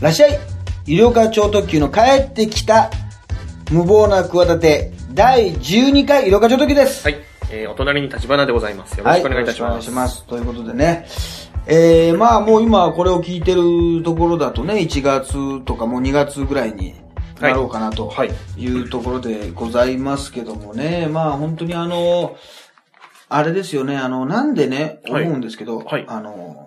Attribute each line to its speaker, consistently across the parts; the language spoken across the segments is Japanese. Speaker 1: らっしゃい医療科超特急の帰ってきた無謀な企て第12回医療科超特急です
Speaker 2: はい、えー、お隣に立花でございます。よろしくお願いいたし
Speaker 1: よ
Speaker 2: ま
Speaker 1: ろ
Speaker 2: す。
Speaker 1: くお願いしますということでねえー、まあもう今これを聞いてるところだとね1月とかもう2月ぐらいになろうかなと
Speaker 2: はい
Speaker 1: いうところでございますけどもね、まあ本当にあのあれですよねあのなんでね思
Speaker 2: はい
Speaker 1: うんですけど、
Speaker 2: はい
Speaker 1: あの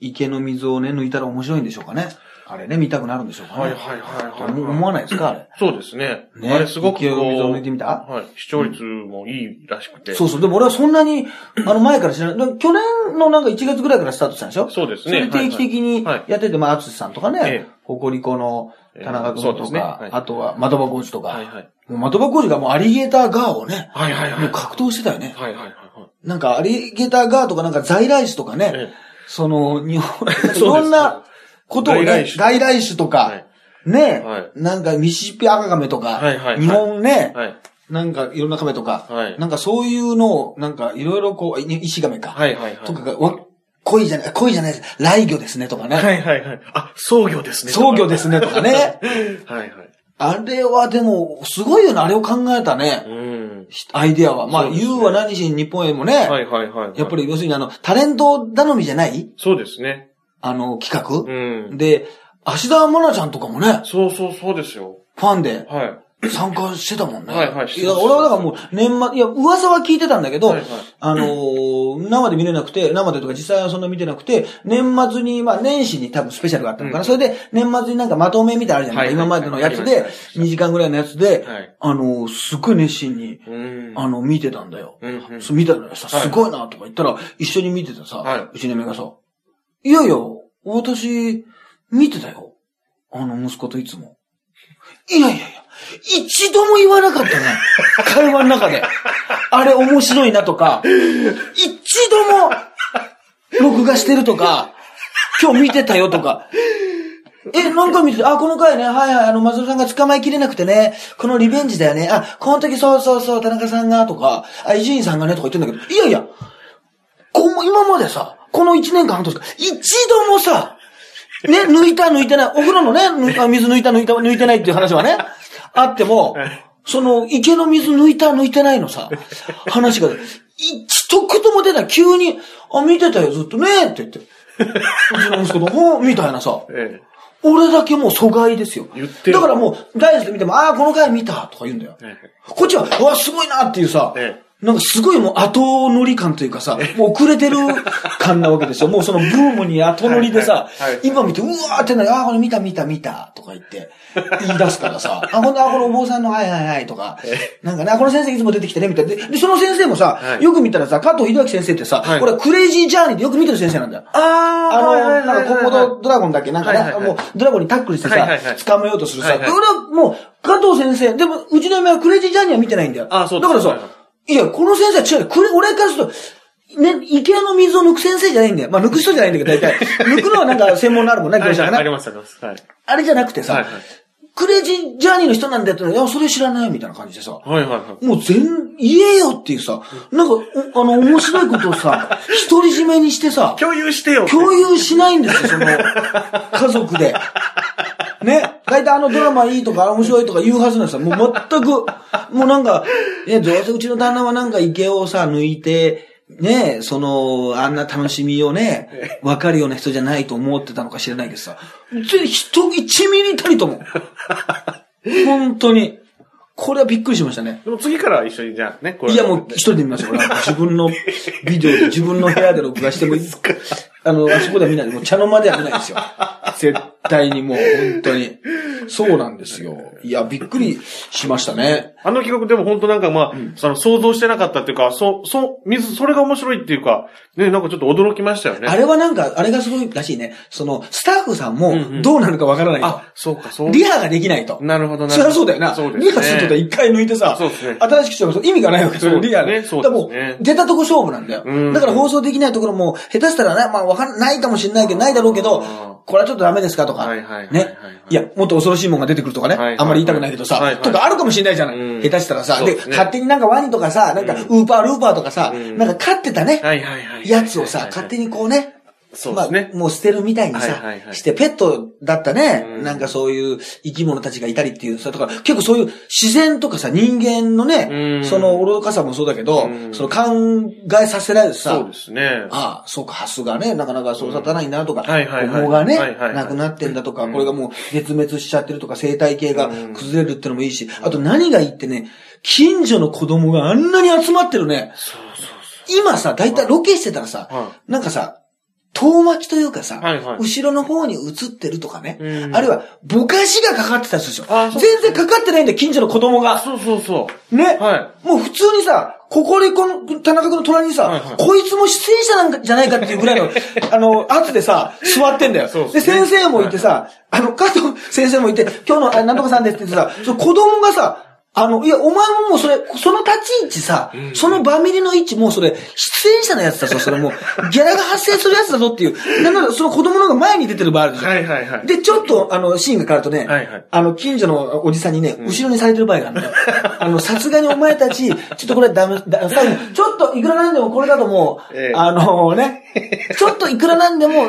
Speaker 1: 池の水をね抜いたら面白いんでしょうかねあれね見たくなるんでしょうかね、
Speaker 2: はいはいはいはい。
Speaker 1: 思思わないですかあれ
Speaker 2: そうですね。
Speaker 1: ね
Speaker 2: あれすごくこう
Speaker 1: 勢いを水を抜いてみた
Speaker 2: はい。視聴率もいいらしくて。
Speaker 1: そうそう。でも俺はそんなに、あの前から知らない。だから去年のなんか1月ぐらいからスタートしたんでしょ
Speaker 2: そうですね
Speaker 1: それ定期的に
Speaker 2: はいはい
Speaker 1: やってて、まあ、淳さんとか
Speaker 2: え
Speaker 1: ね
Speaker 2: え、
Speaker 1: ほこりこの田中君
Speaker 2: ええそうで
Speaker 1: と
Speaker 2: すね
Speaker 1: か
Speaker 2: はい、
Speaker 1: あとは的場浩二と
Speaker 2: はい
Speaker 1: か。
Speaker 2: はい。
Speaker 1: もう的場浩二がもうアリゲーターガーをね、
Speaker 2: はいはいはい。
Speaker 1: もう格闘してたよね。
Speaker 2: はいはいはいは
Speaker 1: なんかアリゲーターガーとかなんか在来種とか
Speaker 2: い。
Speaker 1: ね、
Speaker 2: え
Speaker 1: その、日 本、
Speaker 2: です
Speaker 1: いろんなことを
Speaker 2: 外来
Speaker 1: ね、
Speaker 2: 種
Speaker 1: 外来種と
Speaker 2: え
Speaker 1: か、ね
Speaker 2: はい、
Speaker 1: なんかミシシッピ赤亀とか
Speaker 2: はいはいは、い
Speaker 1: 日本ね、
Speaker 2: はい。はい。
Speaker 1: なんかいろんな亀とか、
Speaker 2: はい
Speaker 1: なんかそういうのを、なんかいろいろこう、い石亀か、
Speaker 2: はいはいはい。
Speaker 1: とかが、わ、恋じゃない、恋じゃないです、来魚ですねとかね、
Speaker 2: はいはいはい。あ、創業ですね。
Speaker 1: 創業ですねとか ね。
Speaker 2: はいはい。
Speaker 1: あれはでも、すごいよね、あれを考えたね、
Speaker 2: うん。
Speaker 1: アイデアは。まあ、
Speaker 2: そうですね
Speaker 1: 言うは何しに日本へもね、
Speaker 2: はいはいはいはい。
Speaker 1: やっぱり要するにあの、タレント頼みじゃない
Speaker 2: そうですね。
Speaker 1: あの、企
Speaker 2: う
Speaker 1: 画、
Speaker 2: ん。
Speaker 1: で、芦田愛菜ちゃんとかもね、
Speaker 2: そうそうそうですよ。
Speaker 1: ファンで、
Speaker 2: はい。
Speaker 1: 参加してたもんね。
Speaker 2: はいはいして
Speaker 1: や、
Speaker 2: ました
Speaker 1: 俺はだからもう年末、いや、噂は聞いてたんだけど、
Speaker 2: はいはい
Speaker 1: あのー生で見れなくて、生でとか実際はそんな見てなくて、年末に、まあ年始に多分スペシャルがあったのかな。
Speaker 2: うん
Speaker 1: それで、年末になんかまとめみたいなのあるじゃないですか。
Speaker 2: はいは
Speaker 1: 今
Speaker 2: いはい
Speaker 1: までのやつ
Speaker 2: あり
Speaker 1: で
Speaker 2: まし、た
Speaker 1: 2時間ぐらいのやつで、
Speaker 2: はい
Speaker 1: あのーすっごい熱心に、
Speaker 2: うん。
Speaker 1: あの、見てたんだよ。
Speaker 2: うんうん
Speaker 1: そう見たのよさ、
Speaker 2: はい
Speaker 1: すごいなとか言ったら、一緒に見てたさ、
Speaker 2: はいう
Speaker 1: ちの嫁がさ、いやいや、私、見てたよ。あの息子といつも。いやいやいや、一度も言わな かったね。会話の中で。あれ面白いなと か、一度も、録画してるとか、今日見てたよとか、え、何回見てたあ、この回ね、はいはい、あの、松尾さんが捕まえきれなくてね、このリベンジだよね、あ、この時そうそうそう、田中さんが、とか、あ、伊集院さんがね、とか言ってんだけど、いやいや、こう今までさ、この1年間半年間、一度もさ、ね、抜いた抜いてない、お風呂のね、抜あ水抜いた抜いた抜いてないっていう話はね、あっても、その、池の水抜いた抜いてないのさ、話が、一言も出ない。急に、あ、見てたよ、ずっとね、って言って。うちの息子と、ほうみたいなさ。
Speaker 2: ええ。
Speaker 1: 俺だけもう疎外ですよ。
Speaker 2: 言ってる
Speaker 1: だからもう、大事で見ても、ああ、この回見たとか言うんだよ。
Speaker 2: ええ
Speaker 1: こっちは、うわ、すごいなっていうさ、
Speaker 2: え
Speaker 1: なんかすごいもう後乗り感というかさ、もう遅れてる感なわけですよ。もうそのブームに後乗りでさ
Speaker 2: はいはいはい、
Speaker 1: 今見て、うわーってなる、ああ、これ見た見た見たとか言って、言い出すから さ、あ、ほんと、あ、このお坊さんの、はいはいはいとか、なんかね、あこの先生いつも出てきてね、みたいな。で、でその先生もさ
Speaker 2: は、い
Speaker 1: よく見たらさ、加藤秀明先生ってさ
Speaker 2: は、い
Speaker 1: これクレイジージャーニーでよく見てる先生なんだよ。
Speaker 2: あ
Speaker 1: あの、なんか、ココドドラゴンだっけなんかね、
Speaker 2: はいはいはい
Speaker 1: もう、ドラゴンにタックルしてさ、
Speaker 2: はいはいはい
Speaker 1: 捕めようとするさ、
Speaker 2: はいはい
Speaker 1: 俺はもう、加藤先生、でも、うちの嫁はクレイジージャーニーは見てないんだよ。
Speaker 2: あそうで
Speaker 1: だ
Speaker 2: す
Speaker 1: からさ、、
Speaker 2: はいはい
Speaker 1: や、この先生は違うよ。クレ俺からすると、ね、池の水を抜く先生じゃないんだよ。まあ、抜く人じゃないんだけど、大 体。抜くのはなんか専門のあるもんね、
Speaker 2: はい
Speaker 1: 業者
Speaker 2: は
Speaker 1: が
Speaker 2: い、あり
Speaker 1: ね。
Speaker 2: ますあります。はい。
Speaker 1: あれじゃなくてさ、
Speaker 2: はいはい
Speaker 1: クレイジージャーニーの人なんだよって言ったら、いや、それ知らないみたいな感じでさ、
Speaker 2: はいはいはい。
Speaker 1: もう全、言えよっていうさ、なんか、おあの、面白いことを さ、独り占めにしてさ、
Speaker 2: 共有してよ
Speaker 1: 共有しないんですよ、その、家族で。ね。大体あのドラマいいとか面白いとか言うはずなんですよ。もう全く、もうなんか、ね、どうせうちの旦那はなんか池をさ、抜いて、ねその、あんな楽しみをね、わかるような人じゃないと思ってたのか知らないけどさ、ぜ人、一ミリたりとも。本当に。これはびっくりしましたね。
Speaker 2: でも次から一緒にじゃあね、これ。
Speaker 1: いや、もう一人で見ます よ。俺は自分のビデオで、自分の部屋で録画してもいいですかあの、あそこでは見ない。もう茶の間では見ないですよ。絶対にもう、本当に。そうなんですよ。いや、びっくりしましたね。
Speaker 2: あの企画でも本当なんかまあ、その想像してなかったっていうか、そう、そう、水、それが面白いっていうか、ね、なんかちょっと驚きましたよね。
Speaker 1: あれはなんか、あれがすごいらしいね。その、スタッフさん
Speaker 2: うんう
Speaker 1: も
Speaker 2: ん
Speaker 1: どうなるかわからないと。
Speaker 2: あそうか、そう。
Speaker 1: リハができないと。
Speaker 2: なるほどなる
Speaker 1: そり
Speaker 2: ほど
Speaker 1: ゃそうだよな。
Speaker 2: そうですね
Speaker 1: リハするってことは一回抜いてさ、
Speaker 2: そうですね
Speaker 1: 新しくしようと意味がないわけですよ、
Speaker 2: そうです
Speaker 1: リ
Speaker 2: ね
Speaker 1: ハが。
Speaker 2: そうですね
Speaker 1: だからもう、出たとこ勝負なんだよ。
Speaker 2: うん
Speaker 1: だから放送できないところも、下手したらね、まあわかんないかもしれないけど、ないだろうけど
Speaker 2: あー、
Speaker 1: これはちょっとダメですかとか、
Speaker 2: はいはいはいはい
Speaker 1: ね。いや、もっと恐ろしいもんが出てくるとかね、
Speaker 2: はいはいはい
Speaker 1: あんまり言いたくないけどさ、
Speaker 2: はいはい
Speaker 1: とかあるかもしれないじゃない。
Speaker 2: うん
Speaker 1: 下手したらさ、
Speaker 2: そう
Speaker 1: で、
Speaker 2: ですね
Speaker 1: 勝手になんかワニとかさ、なんかウーパールーパーとかさ、
Speaker 2: うん
Speaker 1: なんか飼ってたね、
Speaker 2: はいはいはい。
Speaker 1: やつをさ、勝手
Speaker 2: に。
Speaker 1: にこうね、
Speaker 2: そうですね
Speaker 1: まあ、もう捨てるみたいにさ、
Speaker 2: はいはいはい
Speaker 1: して、ペットだったね、
Speaker 2: うん
Speaker 1: なんかそういう生き物たちがいたりっていう、それとか、結構そういう自然とかさ、人間のね、
Speaker 2: うん
Speaker 1: その愚かさもそうだけど、
Speaker 2: うん
Speaker 1: その考えさせられるさ、
Speaker 2: そうですね。
Speaker 1: ああ、そうか、ハスがね、なかなかそう立たないなとか、
Speaker 2: はいはいはい
Speaker 1: 桃がね、
Speaker 2: はいはいはい
Speaker 1: なくなってんだとか、
Speaker 2: うん
Speaker 1: これがもう絶滅しちゃってるとか、生態系が
Speaker 2: うん
Speaker 1: 崩れるってのもいいし、あと何がいいってね、近所の子供があんなに集まってるね。
Speaker 2: そうそう
Speaker 1: 今さ、だいたいロケしてたらさ、
Speaker 2: は
Speaker 1: なんかさ、遠巻きというかさ、
Speaker 2: はいはい
Speaker 1: 後ろの方に映ってるとかね、
Speaker 2: うん
Speaker 1: あるいは、ぼかしがかかってたりするでし
Speaker 2: あ
Speaker 1: ょ。
Speaker 2: そう
Speaker 1: 全然かかってないんだよ、近所の子供
Speaker 2: い。
Speaker 1: が。
Speaker 2: そうそうそう。
Speaker 1: ね、
Speaker 2: は
Speaker 1: もう普通にさ、ここにこの、田中君の隣にさ、
Speaker 2: はいはい
Speaker 1: こいつも出演者なんかじゃないかっていうぐらい の、あの、圧でさ、座ってんだよ。
Speaker 2: そうですね
Speaker 1: 先生もいてさ、あの、加藤先生もいて、今日のあなんとかさんですって言ってさ、その子供がさ、あの、いや、お前ももうそれ、その立ち位置さ、
Speaker 2: ん
Speaker 1: そのバミリの位置、もうそれ、出演者のやつだぞ、それもう、ギャラが発生するやつだぞっていう。なんなら、その子供の方が前に出てる場合あるでしょ。
Speaker 2: はいはいはい
Speaker 1: で、ちょっと、あの、シーンが変わるとね、
Speaker 2: はいはい
Speaker 1: あの、近所のおじさんにね、後ろにされてる場合があるのよ あの、さすがにお前たち、ちょっとこれダメ、だ最後、ちょっといくらなんでもこれだともう、
Speaker 2: ええ
Speaker 1: あのね、ちょっといくらなんでも、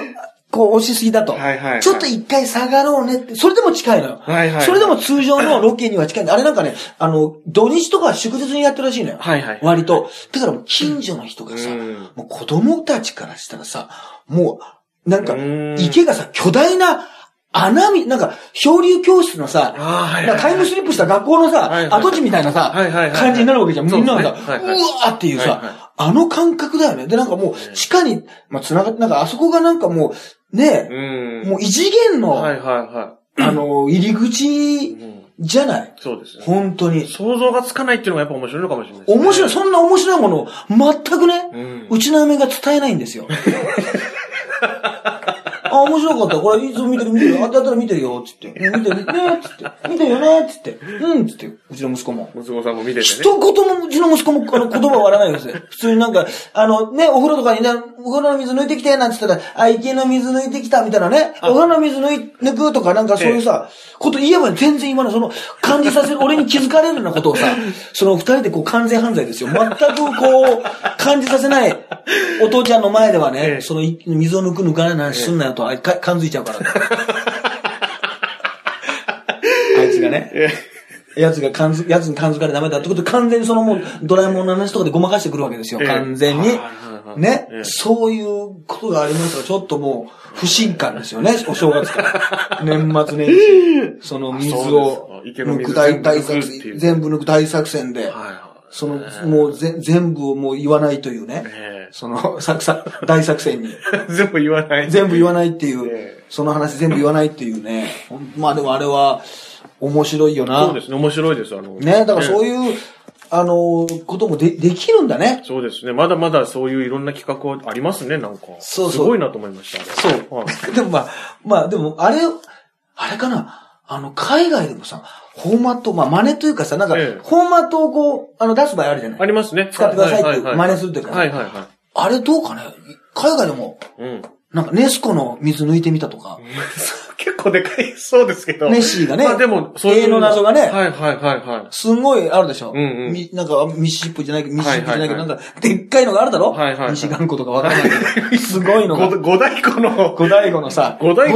Speaker 1: こう押しすぎだと。
Speaker 2: はいはいはい
Speaker 1: ちょっと一回下がろうねって、それでも近いのよ。
Speaker 2: はいはい
Speaker 1: それでも通常のロケには近いんだあれなんかね、あの、土日とか祝日にやってるらしいのよ。
Speaker 2: はいはい
Speaker 1: 割と。だからもう近所の人がさ、
Speaker 2: うん
Speaker 1: もう子供たちからしたらさ、もう、なんか
Speaker 2: うん、
Speaker 1: 池がさ、巨大な穴み、なんか、漂流教室のさ、
Speaker 2: あーはいはい
Speaker 1: なんかタイムスリップした学校のさ、
Speaker 2: はいはい
Speaker 1: 跡地みたいなさ、
Speaker 2: はいはいはい
Speaker 1: 感じになるわけじゃん。みんながさ、
Speaker 2: そうですねはいはいう
Speaker 1: わーっていうさ、
Speaker 2: はいはい
Speaker 1: あの感覚だよね。で、なんかもう、地下に、まあ、つながって、なんかあそこがなんかもう、
Speaker 2: い。う
Speaker 1: ね、
Speaker 2: ん。
Speaker 1: もう異次元の、
Speaker 2: はいはいは
Speaker 1: あの、入り口
Speaker 2: い。うん、
Speaker 1: じゃない
Speaker 2: そうですね。
Speaker 1: 本当に。
Speaker 2: 想像がつかないっていうのがやっぱ面白いのかもしれないですね。
Speaker 1: 面白い、そんな面白いものを全くね、
Speaker 2: うん
Speaker 1: うちの嫁が伝えないんです よ。あ、面白かった。これ、いつも見てる、見てる。あったら見てるよ、つって。見てるね、つって。見てるよね、つって。うん、つって。うちの息子も。
Speaker 2: 息子さんも見てて
Speaker 1: 一
Speaker 2: ね。
Speaker 1: 言も、うちの息子も、あの、言葉を割らないです よ。普通になんか、あの、ね、お風呂とかにね、お風呂の水抜いてきて、なんつったら、あ、池の水抜いてきた、みたいなね、お風呂の水抜い、抜くとか、なんかそういうさ、こと言えば全然今のその、感じさ せる、俺に気づかれるようなことをさ、その二人でこう完全犯罪ですよ。全くこう、感じさせない、お父ちゃんの前ではね、
Speaker 2: ええ
Speaker 1: そのい水を抜く抜かないの話すんなよと、あいか感づいちゃう から、あいつがね。 やつが感づ、やつに感づかれダメだってことで完全にそのもう、ドラえもんの話とかでごまかしてくるわけですよ、
Speaker 2: ええ
Speaker 1: 完全に
Speaker 2: はいはいは。い
Speaker 1: ね
Speaker 2: え、え
Speaker 1: そういうことがありますから、ちょっともう、不信感です よね、お正月から。年末年始、その水を
Speaker 2: そうですか池の
Speaker 1: 抜く
Speaker 2: 水
Speaker 1: 大大
Speaker 2: 全部
Speaker 1: 作
Speaker 2: 抜くってい
Speaker 1: 戦、
Speaker 2: う
Speaker 1: 全部抜く大作戦で、
Speaker 2: はいはい。
Speaker 1: その、もうぜ全部をもう言わないというね、
Speaker 2: え
Speaker 1: その、作戦、大作戦に。
Speaker 2: え 全部言わない。
Speaker 1: 全部言わないっていう、
Speaker 2: ええ
Speaker 1: その話全部言わないっていうね。ほんまあでもあれは、面白いよな。
Speaker 2: そうですね、面白いです。あの
Speaker 1: ね、だからそう
Speaker 2: う。
Speaker 1: いう、あのーこともで、できるんだね。
Speaker 2: そうですね。まだまだそういういろんな企画はありますね、なんか。
Speaker 1: そうそう
Speaker 2: すごいなと思いました。あれ
Speaker 1: そう。
Speaker 2: は い
Speaker 1: でもまあ、まあでも、あれ、あれかな、あの、海外でもさ、フォーマット、まあ真似というかさ、なんか、
Speaker 2: ええ
Speaker 1: フォーマットをこう、あの、出す場合あるじゃない
Speaker 2: ありますね。
Speaker 1: 使ってくださいって
Speaker 2: ははは
Speaker 1: 真似するっていうか
Speaker 2: はいはいは
Speaker 1: あれどうかね海外でも、
Speaker 2: い。うん。
Speaker 1: なんか、ネスコの水抜いてみたとか、
Speaker 2: 結構でかいそうですけど。
Speaker 1: ネッシーがね
Speaker 2: まあでも、そういう。
Speaker 1: 永遠の謎がね
Speaker 2: はいはいはいはい。
Speaker 1: すんごいあるでしょ、
Speaker 2: うんうん
Speaker 1: みなんか、ミシシップじゃないけど、ミシシップじゃないけど、
Speaker 2: はいはいはい
Speaker 1: なんか、でっかいのがあるだろ
Speaker 2: はいはいはい
Speaker 1: 西頑固とかわかんないけ ど。すごいのが。
Speaker 2: 五五大湖の、
Speaker 1: 五大湖のさ、
Speaker 2: 五大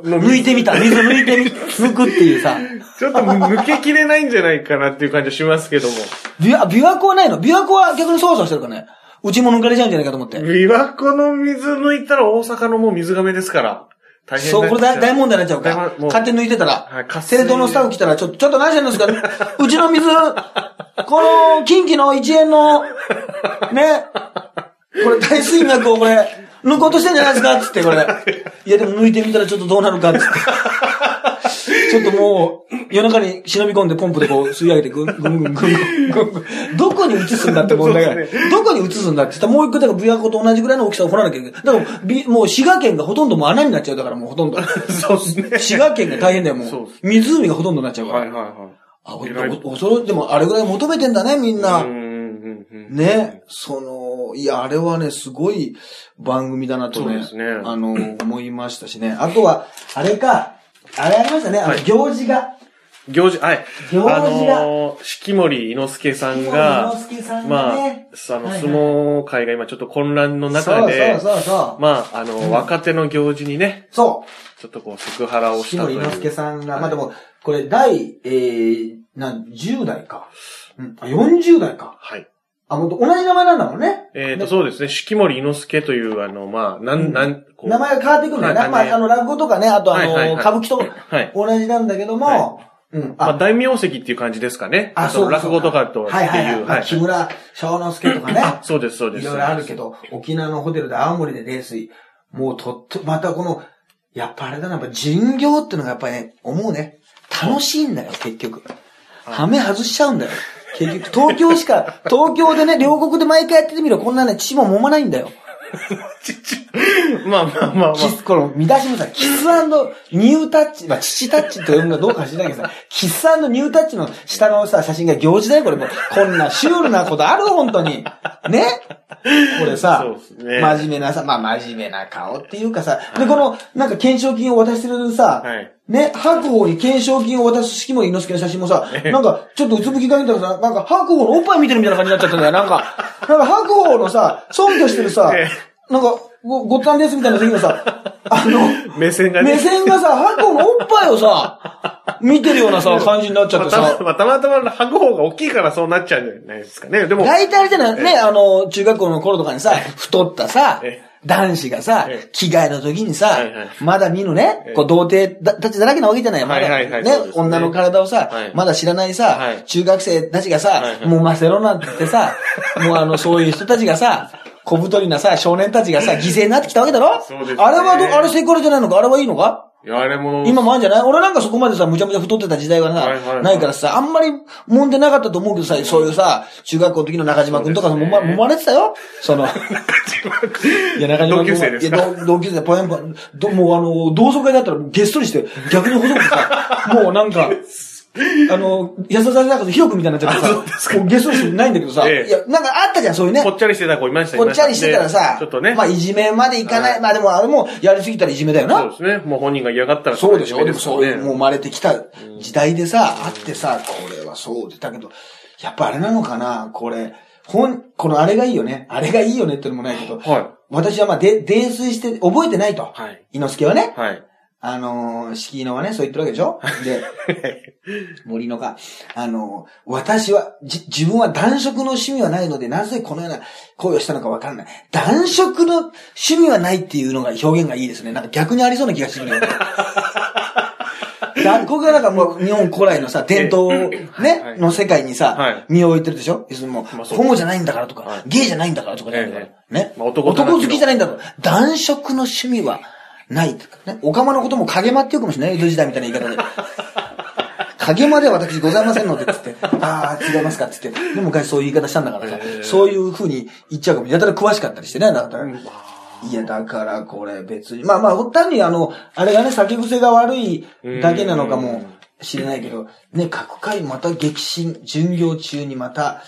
Speaker 1: 湖抜いてみた、水抜いてみ、抜くっていうさ。
Speaker 2: ちょっと 抜けきれないんじゃないかなっていう感じはしますけども。
Speaker 1: 琵琶、琵琶湖はないの琵琶湖は逆に操作してるからね。うちも抜かれちゃうんじゃないかと思って。
Speaker 2: 琵琶湖の水抜いたら大阪のもう水亀ですから。大変
Speaker 1: そう、これ大大問題になっちゃうか
Speaker 2: 大
Speaker 1: ら。
Speaker 2: 問もう
Speaker 1: 勝手に抜いてた
Speaker 2: はい
Speaker 1: ら、
Speaker 2: 勝手に
Speaker 1: テレ東のスタッフ来たら、ちょ、ちょっと何してんですかうちの水、この、近畿の1円の、ね、これ大水脈をこれ、抜こうとしてんじゃないですかつって、これ。いや、でも抜いてみたらちょっとどうなるかっつって。ちょっともう、夜中に忍び込んでポンプでこう吸い上げてぐんぐんぐんぐんぐんぐんぐん。どこに移すんだって問題がある
Speaker 2: そうで
Speaker 1: どこに移すんだって言ったらもう一個、だから琵琶湖と同じぐらいの大きさを掘らなきゃいけない。だから、びもう滋賀県がほとんどもう穴になっちゃう。だからもうほとんど。
Speaker 2: そうですね。
Speaker 1: 滋賀県が大変だよ、も
Speaker 2: そう
Speaker 1: う。湖がほとんどになっちゃうから。
Speaker 2: はいはいはい。
Speaker 1: あ、ほんとお恐ろ、でもあれぐらい求めてんだね、みんな。
Speaker 2: うんうんうんうん。
Speaker 1: ね、その、いや、あれはね、すごい番組だなとね、
Speaker 2: そうですね
Speaker 1: あの、思いましたしね。あとは、あれか、あれありましたね、あの、行事が。
Speaker 2: 行事、はい。
Speaker 1: 行事
Speaker 2: あ
Speaker 1: だ。
Speaker 2: のー、式守伊之助さん
Speaker 1: 伊
Speaker 2: が、
Speaker 1: 之助さん
Speaker 2: ま
Speaker 1: が
Speaker 2: あ、
Speaker 1: ね。
Speaker 2: その、
Speaker 1: はいはい
Speaker 2: 相撲界が今ちょっと混乱の中で、
Speaker 1: そうそうそうそう。
Speaker 2: まあ、あの、若手の行事にね、
Speaker 1: そ
Speaker 2: ちょっとこう、セクハラ
Speaker 1: う。
Speaker 2: を
Speaker 1: 木
Speaker 2: したと
Speaker 1: 森
Speaker 2: い
Speaker 1: 伊之助
Speaker 2: う。
Speaker 1: さんが、
Speaker 2: はい
Speaker 1: まあでも、これ、第、えー、なん、10代か。うん、あ、40代か。
Speaker 2: はい。
Speaker 1: あ、もう同じ名前なんだもんね。
Speaker 2: えっ
Speaker 1: で
Speaker 2: と、そうですね、式守伊之助という、あの、まあ、な
Speaker 1: うん
Speaker 2: ん、なん、こう
Speaker 1: 名前が変わってくるんだよね。
Speaker 2: はい
Speaker 1: まあ、
Speaker 2: はい
Speaker 1: あの、落語とかね、あとあの、
Speaker 2: はいはいはい
Speaker 1: 歌舞伎と
Speaker 2: はい。
Speaker 1: 同じなんだけども、
Speaker 2: は
Speaker 1: うん。
Speaker 2: まあ、大名跡っていう感じですかね。
Speaker 1: あ、
Speaker 2: そ
Speaker 1: そう
Speaker 2: の落語とかと、って
Speaker 1: はいはい
Speaker 2: い
Speaker 1: はい。
Speaker 2: う。
Speaker 1: まあ
Speaker 2: はい。
Speaker 1: 木村翔之助とかね。
Speaker 2: そうです、そうです。
Speaker 1: いろいろあるけど、沖縄のホテルで青森で冷水。もうとっと、またこの、やっぱあれだな、やっぱ人業ってのがやっぱりね、思うね。楽しいんだよ、結局。ハメ外しちゃうんだよ。結局、東京しか、東京でね、両国で毎回やっててみろ、こんなね、血も揉まないんだよ。
Speaker 2: まあまあまあま
Speaker 1: キス、この、見出しもさ、キスニュータッチ、まあ、父タッチと呼ぶのはどうか知らないけどさ、キスニュータッチの下のさ、写真が行事だよ、これもう。こんなシュールなことある本当に。ねこれさ
Speaker 2: そうっす、ね
Speaker 1: 真面目なさ、まあ、真面目な顔っていうかさ、で、この、なんか懸賞金を渡してるさ、
Speaker 2: あ。はい。
Speaker 1: ね、白鵬に懸賞金を渡す式も猪之助の写真もさ、なんか、ちょっとうつぶきが見たらさ、なんか白鵬のおっぱい見てるみたいな感じになっちゃったんだよ。なんか、なんか白鵬のさ、尊虚してるさ
Speaker 2: え、
Speaker 1: なんか、ご、ごったんですみたいな時の さ、あの、
Speaker 2: 目線がね。
Speaker 1: 目線がさ、白鵬のおっぱいをさ、見てるようなさ、感じになっちゃっ
Speaker 2: ま
Speaker 1: て
Speaker 2: あた
Speaker 1: さ。
Speaker 2: またまたまの白鵬が大きいからそうなっちゃうんじゃないですかね。でも、
Speaker 1: 大体あれじゃないね、あの、中学校の頃とかにさ、太ったさ
Speaker 2: え、
Speaker 1: 男子がさ
Speaker 2: ええ、
Speaker 1: 着替えの時にさ
Speaker 2: はいはい、
Speaker 1: まだ見ぬね
Speaker 2: ええ、
Speaker 1: こう、童貞だたちだらけなわけじゃない。ま
Speaker 2: はいはい
Speaker 1: だ
Speaker 2: はい
Speaker 1: ね
Speaker 2: そうで、すね
Speaker 1: 女の体をさ
Speaker 2: はい、
Speaker 1: まだ知らない
Speaker 2: は
Speaker 1: さ
Speaker 2: い、
Speaker 1: 中学生たちが
Speaker 2: はい
Speaker 1: さ
Speaker 2: は、い
Speaker 1: もうマセロなんて言って さ、もうあの、そういう人たちがさ、小太りなさ、少年たちがさ、犠牲になってきたわけだろ
Speaker 2: そうですね
Speaker 1: あれはど、あれセクハラじゃないのかあれはいいのか
Speaker 2: いや、あれも、
Speaker 1: 今もあるんじゃない俺なんかそこまでさ、むちゃむちゃ太ってた時代は
Speaker 2: はいはいは
Speaker 1: な、
Speaker 2: い
Speaker 1: ないからさ、あんまり揉んでなかったと思うけどさ、そういうさ、中学校の時の中島くんとか
Speaker 2: そう
Speaker 1: も
Speaker 2: ですね
Speaker 1: ま、揉まれてたよそ の、いや、中島
Speaker 2: 同
Speaker 1: 君
Speaker 2: 級生ですか
Speaker 1: いや、同同級生、ポエンポン、どもうあの、同窓会だったらげっそりして、逆に細くて さ、もうなんか、あの、安田さんなんか広くみたいになっちゃ
Speaker 2: あそう
Speaker 1: って
Speaker 2: で
Speaker 1: さ、もうげっそりしてないんだけどさ、
Speaker 2: ええ
Speaker 1: いや、なんかあったじゃん、そういうね。
Speaker 2: ぽっちゃりしてた子いました
Speaker 1: ぽっちゃりしてたらさ
Speaker 2: で、ちょっとね。
Speaker 1: まあ、いじめまでいかな。
Speaker 2: はいい
Speaker 1: まあでも、あれも、やりすぎたらいじめだよな。
Speaker 2: そうですね。もう本人が嫌がったら
Speaker 1: そうでしょ
Speaker 2: れ
Speaker 1: で
Speaker 2: は
Speaker 1: も
Speaker 2: いじめ
Speaker 1: そうい
Speaker 2: ですよ
Speaker 1: う、
Speaker 2: ね
Speaker 1: もう生まれてきた時代でさ、あってさ、これはそうで、だけど、やっぱあれなのかなこれ、本、このあれがいいよね。あれがいいよねってのもないけど、
Speaker 2: は
Speaker 1: 私はまあ、で、泥酔して、覚えてないと。
Speaker 2: はい
Speaker 1: 猪之助はね、
Speaker 2: い。はい。
Speaker 1: あのー、敷居のはね、そう言ってるわけでし ょで、森のが、あの、私は、じ、自分は暖色の趣味はないので、なぜこのような行為をしたのかわからない。暖色の趣味はないっていうのが表現がいいですね。なんか逆にありそうな気がしてくるよ ね。だここがなんかもう日本古来のさ、伝統を
Speaker 2: はいは
Speaker 1: ね、
Speaker 2: い
Speaker 1: の世界に
Speaker 2: は
Speaker 1: さ
Speaker 2: い、
Speaker 1: 身を置いてるでしょ要するにもう、
Speaker 2: まあそう
Speaker 1: ホモじゃないんだからと
Speaker 2: は
Speaker 1: か
Speaker 2: い、
Speaker 1: ゲイじゃないんだからとかじゃないんだか
Speaker 2: え
Speaker 1: ら。ね。
Speaker 2: まあ男だらけの
Speaker 1: 好きじゃないんだから。男色の趣味はないとかね。おかまのことも影間って言うかもしれない。江戸時代みたいな言い方で。 影までは私ございませんので、つ って。ああ、違いますか、つって。でも昔そういう言い方したんだからさ、
Speaker 2: ええ
Speaker 1: そういう風に言っちゃうかも。やたら詳しかったりしてね、だから。いや、だからこれ別に。まあまあ、単にあの、あれがね、酒癖が悪いだけなのかもしれないけど、ね、各回また激震、巡業中にまた、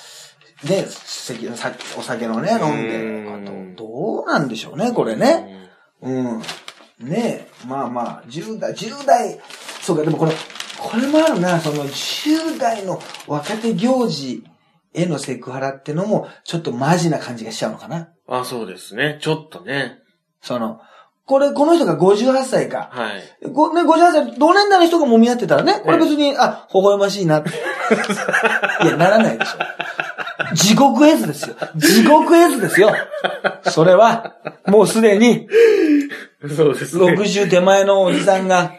Speaker 1: ね、席のさお酒のね、飲んで
Speaker 2: う
Speaker 1: る
Speaker 2: ん
Speaker 1: とどうなんでしょうね、これね。うん。ねえ、まあまあ、10代、10代、そうか、でもこれ、これもあるな、その10代の若手行事へのセクハラってのも、ちょっとマジな感じがしちゃうのかな。
Speaker 2: あ、そうですね。ちょっとね。
Speaker 1: その、これ、この人が58歳か。
Speaker 2: はい。
Speaker 1: ごね、58歳、同年代の人が揉み合ってたらね、これ別に、あ、微笑ましいなって。いや、ならないでしょ。地獄絵図ですよ。地獄絵図ですよ。それは、もうすでに、
Speaker 2: そうですね。
Speaker 1: 60手前のおじさんが、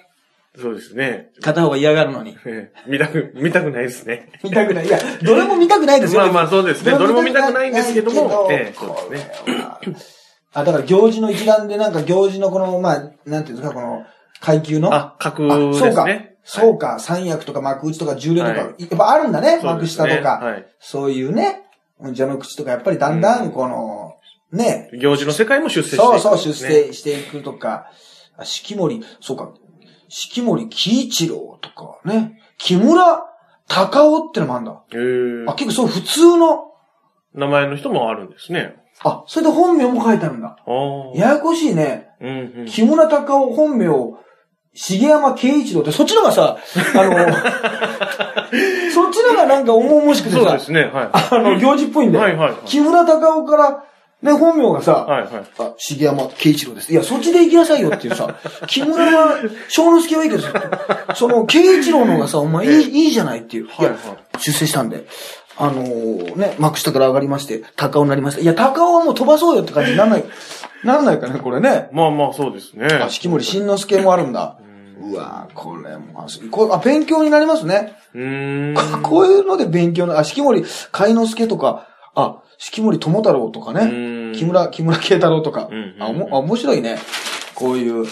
Speaker 2: そうですね。
Speaker 1: 片方が嫌がるのに。
Speaker 2: ええ見たく、見たくないですね。
Speaker 1: 見たくない。いや、どれも見たくないですよ。
Speaker 2: まあまあそうですねどれも見たくないんですけども
Speaker 1: けど
Speaker 2: ええそうですね
Speaker 1: これはあ、だから行事の一覧でなんか行事のこの、まあ、なんていうんですか、この、階級の。
Speaker 2: あ、格
Speaker 1: あ
Speaker 2: です
Speaker 1: そうか
Speaker 2: ね。。
Speaker 1: そうか。三役とか幕内とか重量とか、
Speaker 2: は
Speaker 1: やっぱあるんだね。
Speaker 2: そう
Speaker 1: 幕
Speaker 2: ですね
Speaker 1: 下とか。
Speaker 2: はい
Speaker 1: そういうね、序の口とか、やっぱりだんだんこの、ね、
Speaker 2: 行事の世界も出世していく
Speaker 1: そ
Speaker 2: ん
Speaker 1: う
Speaker 2: です
Speaker 1: そ
Speaker 2: ね
Speaker 1: う、出世していくとか、あ四季森、そうか、四季森喜一郎とかね、木村隆夫ってのもあるんだ。
Speaker 2: へー
Speaker 1: あ、結構そう普通の、
Speaker 2: 名前の人もあるんですね。
Speaker 1: あ、それで本名も書いてあるんだ。
Speaker 2: ああ。
Speaker 1: ややこしいね。
Speaker 2: うんうん。
Speaker 1: 木村隆夫本名、重山慶一郎って、そっちのがさ、あの、 そっちのがなんか重々しくて
Speaker 2: そうで
Speaker 1: さ、
Speaker 2: すね、は
Speaker 1: あの、行事っぽいん
Speaker 2: い。
Speaker 1: だよ。
Speaker 2: はい、はい。
Speaker 1: 木村隆夫から、ね、本名がさ、
Speaker 2: はい、はい。
Speaker 1: あ、重山慶一郎です。いや、そっちで行きなさいよっていう さ、木村は、小之助はいいけどさ、その、慶一郎の方がさ、お前いい、いいじゃないっていう。い
Speaker 2: はい
Speaker 1: や
Speaker 2: は、
Speaker 1: 出世したんで。あのー、ね、幕下から上がりまして、高尾になりました。いや、高尾はもう飛ばそうよって感じになんない、なんないかね、これね。
Speaker 2: まあまあ、そうですね。
Speaker 1: あ、式守慎之助もあるんだ。うわぁ、これも、あ、すこれあ、勉強になりますね。
Speaker 2: うーん。
Speaker 1: こういうので勉強な、あ、式守海之助とか、あ、式守友太郎とか
Speaker 2: うん
Speaker 1: ね、木村、木村慶太郎とか
Speaker 2: うんうんう、ん
Speaker 1: あ、おも、あ面白いね。こういう、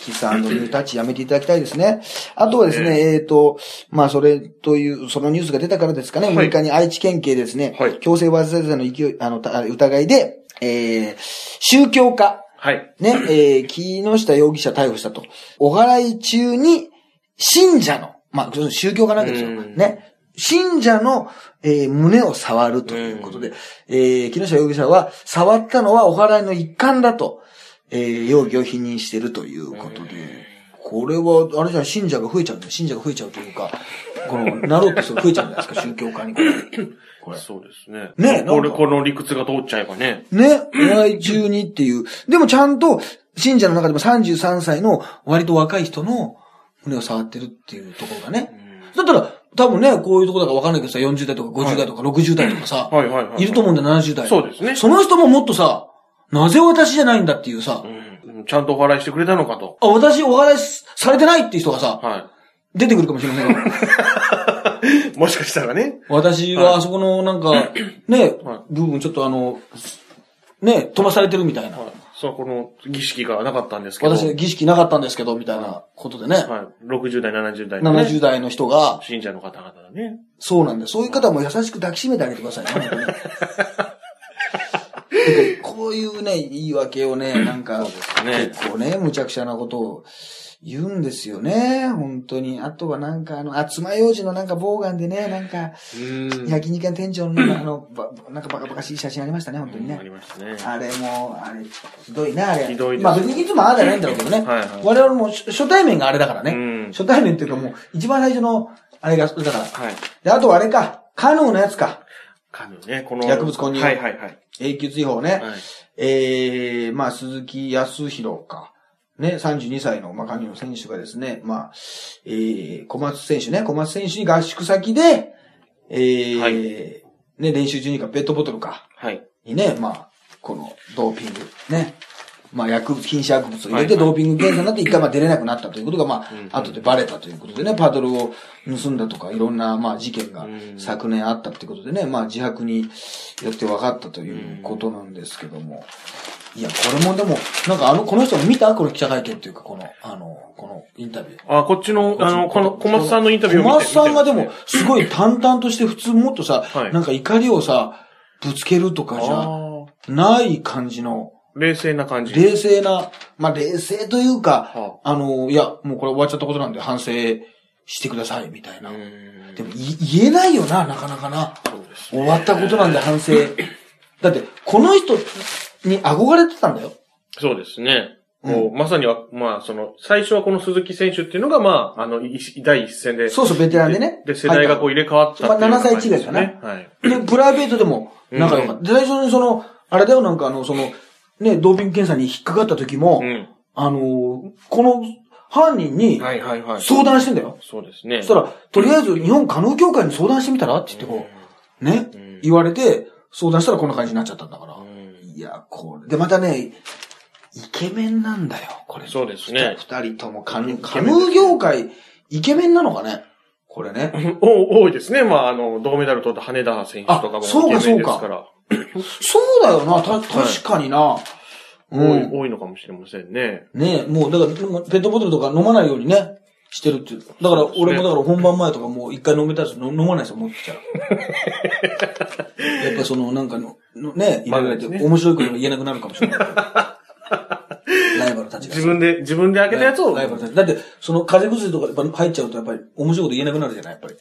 Speaker 1: キスニュータッチやめていただきたいですね。あとはですね、えっ、と、まあ、それという、そのニュースが出たからですかね、
Speaker 2: い
Speaker 1: 6日に愛知県警ですね、
Speaker 2: はい
Speaker 1: 強制わいせつ罪の勢い、あの、た疑いで、えー、宗教家、
Speaker 2: はい。
Speaker 1: ね、えー木下容疑者逮捕したと。お祓い中に、信者の、まあ、要するに宗教家なんですよ。
Speaker 2: うん
Speaker 1: ね。信者の、えー胸を触るということで、えー木下容疑者は、触ったのはお祓いの一環だと、えー容疑を否認しているということで、これは、あれじゃん、信者が増えちゃうんだよ。信者が増えちゃうというか、この、なろうとする増えちゃうんじゃないですか、宗教家にこれ。これ
Speaker 2: そうですね。
Speaker 1: ねえ
Speaker 2: こ
Speaker 1: な
Speaker 2: れ、
Speaker 1: んか
Speaker 2: この理屈が通っちゃえばね。
Speaker 1: ね、お笑い中にっていう。でもちゃんと、信者の中でも33歳の割と若い人の胸を触ってるっていうところがね。だったら、多分ね、こういうところだかわかんないけどさ、40代とか50代とか60代とかさ、
Speaker 2: はい、はい、はい。
Speaker 1: いると思うんだよ、70代。
Speaker 2: そうですね
Speaker 1: その人ももっとさ、なぜ私じゃないんだっていうさ、
Speaker 2: うん。ちゃんとお払いしてくれたのかと。
Speaker 1: あ、私お笑いされてないっていう人がさ、
Speaker 2: は
Speaker 1: 出てくるかもしれま せんよ。
Speaker 2: い。もしかしたらね。
Speaker 1: 私はあそこのなん か、ね
Speaker 2: は、
Speaker 1: 部分ちょっとあの、ね、飛ばされてるみたいな。
Speaker 2: はい。そう、この儀式がなかったんですけど。
Speaker 1: 私は儀式なかったんですけど、みたいなことでね。
Speaker 2: はい。60代、70代のね。
Speaker 1: 70代の人が、
Speaker 2: 信者の方々だね。
Speaker 1: そうなんだ。そういう方も優しく抱きしめてあげてくださいね。本当に なんかこういうね、言い訳をね、なんか、
Speaker 2: ね
Speaker 1: 結構ね、無茶苦茶なことを言うんですよね、本当に。あとはなんか、あの、あ、爪楊枝のなんかボウガンでね、なんか、
Speaker 2: うん。
Speaker 1: 焼肉屋の店長の、あの、ばなんかバカバカしい写真ありましたね、本当にね
Speaker 2: あ。りましたね。
Speaker 1: あれも、あれ、ひどいな、あれ。
Speaker 2: ひどいです
Speaker 1: まあ別にいつもああじゃないんだろうけどね。
Speaker 2: はいはい
Speaker 1: 我々も初初対面があれだからね。
Speaker 2: うん
Speaker 1: 初対面っていうかもう、一番最初の、あれが、だから。
Speaker 2: はい。
Speaker 1: で、あとはあれか、カヌーのやつか。
Speaker 2: カヌーね、この。
Speaker 1: 薬物混入
Speaker 2: はいはいはい。
Speaker 1: 永久追放ね。
Speaker 2: はい
Speaker 1: ええまあ、鈴木康弘か。ね、32歳の、まあ、カヌーの選手がですね、まあ、えー、小松選手ね、小松選手に合宿先で、えー
Speaker 2: はい
Speaker 1: ね、練習中にか、ペットボトルか。
Speaker 2: はい。
Speaker 1: にね、まあ、このドーピング、ね。まあ、薬物、禁止薬物を入れて
Speaker 2: はいは
Speaker 1: ドーピング検査になって一回まあ出れなくなったということが、ま
Speaker 2: うんうん
Speaker 1: あ、後でバレたということでね、パドルを盗んだとか、いろんな、まあ、事件が
Speaker 2: うん
Speaker 1: 昨年あったということでね、まあ、自白によって分かったということなんですけども。いや、これもでも、なんかあの、この人も見たこの記者会見というか、この、あの、このインタビュー。
Speaker 2: あ、こっちの、あの、この小松さんのインタビューを見て
Speaker 1: 小松さんがで
Speaker 2: 見
Speaker 1: も
Speaker 2: て、
Speaker 1: すごい淡々として、普通もっとさ、
Speaker 2: はい
Speaker 1: なんか怒りをさ、ぶつけるとかじゃ、
Speaker 2: あ
Speaker 1: ない感じの、
Speaker 2: ー冷静な感じ。
Speaker 1: 冷静な、まあ、冷静というか、
Speaker 2: は
Speaker 1: あの、いや、もうこれ終わっちゃったことなんで反省してください、みたいな。
Speaker 2: うん
Speaker 1: でも、い言えないよな、なかなかな。
Speaker 2: そうです。
Speaker 1: 終わったことなんで 反省。だって、この人に憧れてたんだよ。
Speaker 2: そうですね。もう、まさには、まあ、その、最初はこの鈴木選手っていうのが、まあ、あの、い第一戦で。
Speaker 1: そうそう、ベテランでね。
Speaker 2: で、世代がこう入れ替わったっていうような感じです
Speaker 1: まあ7歳違い
Speaker 2: はい。
Speaker 1: で、プライベートでも仲良かった。で、最初にその、あれだよ、なんかあの、その、ね、ドーピング検査に引っかかった時も、
Speaker 2: うん。
Speaker 1: あの、この犯人に
Speaker 2: はいはいはい。
Speaker 1: 相談してんだよ。
Speaker 2: そうです
Speaker 1: そ
Speaker 2: ね。
Speaker 1: したら、とりあえず日本カヌー協会に相談してみたらって言ってこう、ね、
Speaker 2: ん
Speaker 1: 言われて、相談したらこんな感じになっちゃったんだから。
Speaker 2: うん
Speaker 1: いや、これ。で、またね、イケメンなんだよ、これ。
Speaker 2: そうですね
Speaker 1: ふた二人ともカヌー、カ
Speaker 2: ケメン
Speaker 1: ヌ
Speaker 2: です
Speaker 1: ー業界、イケメンなのかねこれね。
Speaker 2: お多いですね。まあ、あの、銅メダル取った羽田選手とかも
Speaker 1: あそうか
Speaker 2: イケメンですから。
Speaker 1: そうだよな、た、確かにな。う
Speaker 2: 多い
Speaker 1: ん。
Speaker 2: 多いのかもしれませんね。
Speaker 1: ねもう、だから、もうペットボトルとか飲まないようにね、してるっていう。だから、俺もだから本番前とかもう一回飲めたやつ飲飲まないですよ、持ってきちゃう。 やっぱその、なんかの、のね、いろいろやって、
Speaker 2: まあね
Speaker 1: 面白いことが言えなくなるかもし れない。ライバルたちが。
Speaker 2: 自分で、自分で開けたやつを。
Speaker 1: ライバルたち。だって、その風邪薬とかやっぱ入っちゃうと、やっぱり面白いこと言えなくなるじゃない、やっぱり。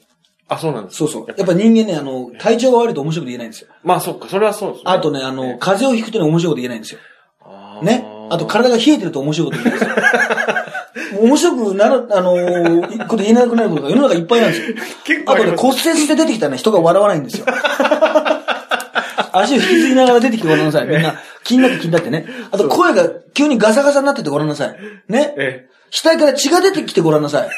Speaker 2: あ、そうなんです。
Speaker 1: そうそう。やっぱ人間ね、あの、体調が悪いと面白いこと言えないんですよ。
Speaker 2: まあ、そっか、それはそうですね。
Speaker 1: あとね、あの、風邪をひくとね、面白いこと言えないんですよ。
Speaker 2: あー
Speaker 1: ね。あと、体が冷えてると面白いこと言えないんですよ。 面白くなる、あのー、こと言えなくなることが世の中いっぱいなんですよ。
Speaker 2: 結構
Speaker 1: あ
Speaker 2: あ
Speaker 1: と
Speaker 2: り
Speaker 1: で
Speaker 2: ます
Speaker 1: 骨折して出てきたね、人が笑わないん ですよ。足を引きずりながら出てきてごらんなさい。 みんな、気になって気になってね。あと声が急にガサガサになっててごらんなさい。ね。
Speaker 2: え
Speaker 1: 額から血が出てきてごらんなさい。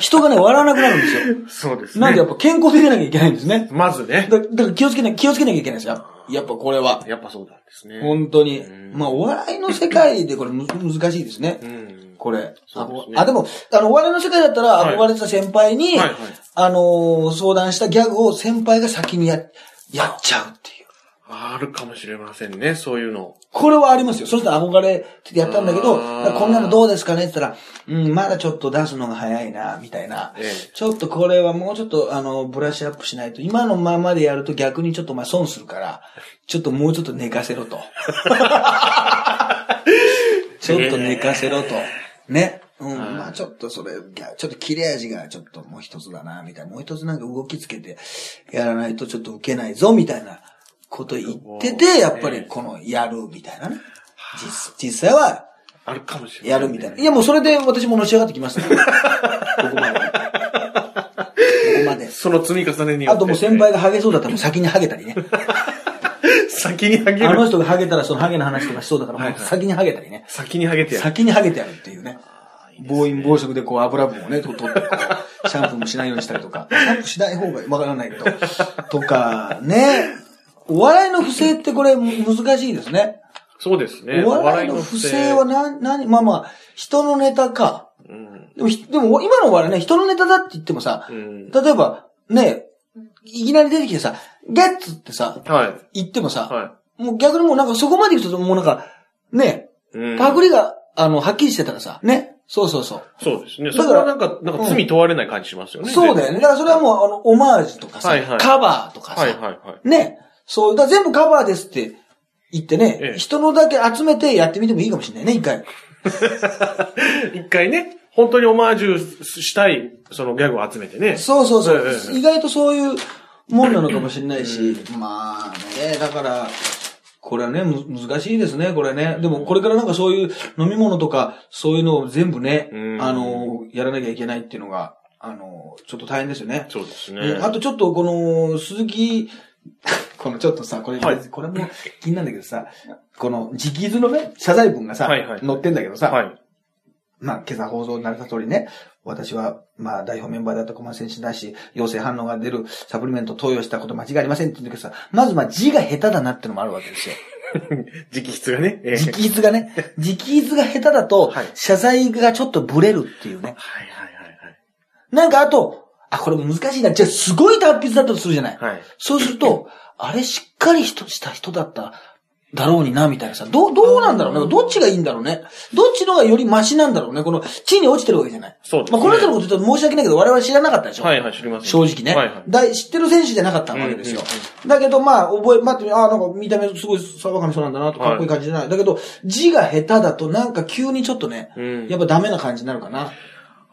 Speaker 1: 人がね、笑わなくなるんですよ。
Speaker 2: え、そうですね。
Speaker 1: なんでやっぱ健康でいけなきゃいけないんですね。
Speaker 2: まずね。
Speaker 1: だだから気をつけなきゃ、気をつけなきゃいけないですよ。やっぱこれは。
Speaker 2: やっぱそうなんですね。
Speaker 1: 本当に
Speaker 2: ん。
Speaker 1: まあ、お笑いの世界でこれむ難しいですね
Speaker 2: う。ん。
Speaker 1: これ。
Speaker 2: そうですね
Speaker 1: あ、でも、あの、お笑いの世界だったら、
Speaker 2: はい
Speaker 1: 憧れてた先輩に、
Speaker 2: はいはい
Speaker 1: あのー相談したギャグを先輩が先にや、やっちゃうっていう。
Speaker 2: あるかもしれませんね、そういうの。
Speaker 1: これはありますよ。そしたら憧れてやったんだけど、
Speaker 2: あー
Speaker 1: こんなのどうですかねって言ったら、うん、まだちょっと出すのが早いな、みたいな。
Speaker 2: ええ
Speaker 1: ちょっとこれはもうちょっと、あの、ブラッシュアップしないと、今のままでやると逆にちょっとお前損するから、ちょっともうちょっと寝かせろ と。ちょっと寝かせろと。ね。うん。まあちょっとそれ、いやちょっと切れ味がちょっともう一つだな、みたいな。もう一つなんか動きつけてやらないとちょっと受けないぞ、みたいなこと言ってて、やっぱりこのやるみたいなね。実実際は
Speaker 2: あるかもしれ
Speaker 1: や
Speaker 2: ま
Speaker 1: る
Speaker 2: せんね、
Speaker 1: みたいな。いやもうそれで私ものし上がってきま した、ね。ここまで。ここ まで。
Speaker 2: その積み重ねによっ
Speaker 1: あ
Speaker 2: て。
Speaker 1: ともう先輩がハゲそうだったらもう先にハゲた りね。
Speaker 2: 先にハゲ
Speaker 1: あ
Speaker 2: る。
Speaker 1: の人がハゲたらそのハゲの話とかしそうだからもう先にハゲたりね。
Speaker 2: 先にハゲてやる。
Speaker 1: 先にハゲてやるっていうね。暴飲暴食でこう油分をね、と取ってこう、シャンプーもしないようにしたりとか。シャンプーしない方がわからないけど。とか、ね。お笑いの不正ってこれ難しいですね。
Speaker 2: そうですね。
Speaker 1: お笑いの不正はな、なに、まあまあ、人のネタか。
Speaker 2: うん。
Speaker 1: でもひ、でも今のお笑いね、人のネタだって言ってもさ、
Speaker 2: うん。
Speaker 1: 例えば、ね、いきなり出てきてさ、ゲッツってさ、
Speaker 2: はい。
Speaker 1: 言ってもさ、
Speaker 2: は
Speaker 1: もう逆にもうなんかそこまで行くともうなんか、ね、
Speaker 2: い。うん
Speaker 1: パクリが、あの、はっきりしてたらさ、ね。そうそうそう。
Speaker 2: そうですね。
Speaker 1: だから
Speaker 2: それはなんか、なんか罪問われない感じしますよね。
Speaker 1: そうだよね。だからそれはもう、あの、オマージュとかさ、
Speaker 2: はいはい
Speaker 1: カバーとかさ、
Speaker 2: はいはいはい。
Speaker 1: ね。そう、だから全部カバーですって言ってね、
Speaker 2: ええ
Speaker 1: 人のだけ集めてやってみてもいいかもしれないね、一回。
Speaker 2: 一回ね、本当にオマージュしたい、そのギャグを集めてね。
Speaker 1: そうそうそう。
Speaker 2: ええ
Speaker 1: 意外とそういうもんなのかもしれないし、まあね、だから、これはね、む難しいですね、これね。でも、これからなんかそういう飲み物とか、そういうのを全部ね、
Speaker 2: うん
Speaker 1: あの、やらなきゃいけないっていうのが、あの、ちょっと大変ですよね。
Speaker 2: そうですね。
Speaker 1: うんあとちょっとこの、鈴木、 このちょっとさ、これ、
Speaker 2: はい
Speaker 1: これも気になるんだけどさ、この直筆のね、謝罪文がさ、
Speaker 2: はいはい
Speaker 1: 載ってんだけどさ、
Speaker 2: はい。
Speaker 1: まあ今朝放送になった通りね、私は、まあ代表メンバーだった小松選手に対し、陽性反応が出るサプリメントを投与したこと間違いありませんって言うんだけどさ、まずまあ字が下手だなってのもあるわけ ですよ。
Speaker 2: 直筆がね。ええ
Speaker 1: 直筆がね、直筆が下手だと
Speaker 2: はい、
Speaker 1: 謝罪がちょっとブレるっていうね。
Speaker 2: はいはいは
Speaker 1: なんかあと、あ、これ難しいな。じゃあすごい達筆だったとするじゃない。
Speaker 2: いはい。はい。
Speaker 1: そうする と、あれしっかり人した人だっただろうにな、みたいなさ、どう、どうなんだろうね。どっちがいいんだろうね。どっちのがよりマシなんだろうね。この、地に落ちてるわけじゃない。
Speaker 2: そうです
Speaker 1: ま
Speaker 2: ね
Speaker 1: あ、この人のこと言うと申し訳ないけど、我々知らなかったでしょ。
Speaker 2: はいはい、知ります、
Speaker 1: 正直ね、
Speaker 2: はいはい。
Speaker 1: だい知ってる選手じゃなかったわけですよ。
Speaker 2: うんうん
Speaker 1: だけど、まあ、覚え、待って、ああ、なんか見た目すごい爽やかな人なんだなと、かっこいい感じじゃない。だけど、字が下手だと、なんか急にちょっとね、
Speaker 2: うん
Speaker 1: やっぱダメな感じになるかな。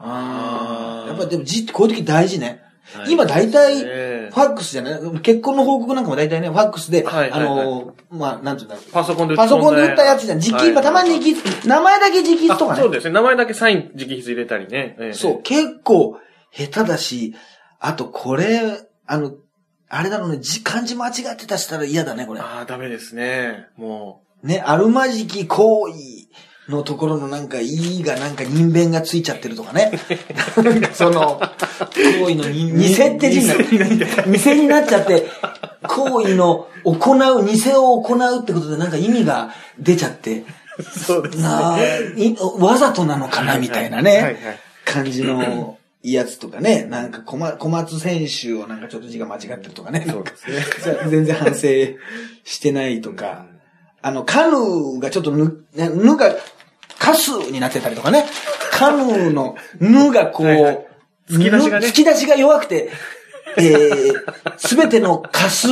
Speaker 2: あー
Speaker 1: やっぱでも字ってこういう時大事ね。
Speaker 2: 大事
Speaker 1: 今大体、
Speaker 2: です
Speaker 1: フ
Speaker 2: ね
Speaker 1: ァックスじゃない結婚の報告なんかも大体ね、ファックスで、
Speaker 2: はいはいはい
Speaker 1: あのー、まあ、なんていうんだろう。
Speaker 2: パソコンで
Speaker 1: パソコンで打ったやつじゃん。実機、今たまに
Speaker 2: 筆
Speaker 1: 直筆、名前だけ直筆とかね
Speaker 2: そう。ですね。名前だけサイン直筆入れたりね。ええ
Speaker 1: そう、結構下手だし、あとこれ、あの、あれだろうね、字漢字間違ってたしたら嫌だね、これ。
Speaker 2: ああ、ダメですね。も
Speaker 1: ね、あるまじき行為のところのなんか、いがなんか人弁がついちゃってるとかね。 なんかその、行為のに偽って字になる。偽になっちゃって、行為の行う、偽を行うってことでなんか意味が出ちゃって、
Speaker 2: う。そうですね。
Speaker 1: なあいわざとなのかなみたいなね。
Speaker 2: はいはい。
Speaker 1: 感じのやつとかね、なんか小松小松選手をなんかちょっと字が間違ってるとかね、なんか
Speaker 2: そうです
Speaker 1: 全然反省してないとか、あの、カヌーがちょっとぬ、ねぬが、カスになってたりとかね、カヌーのぬがこう、
Speaker 2: はいはい突き出しがね
Speaker 1: ぬ突き出しが弱くて、えー、すべてのカス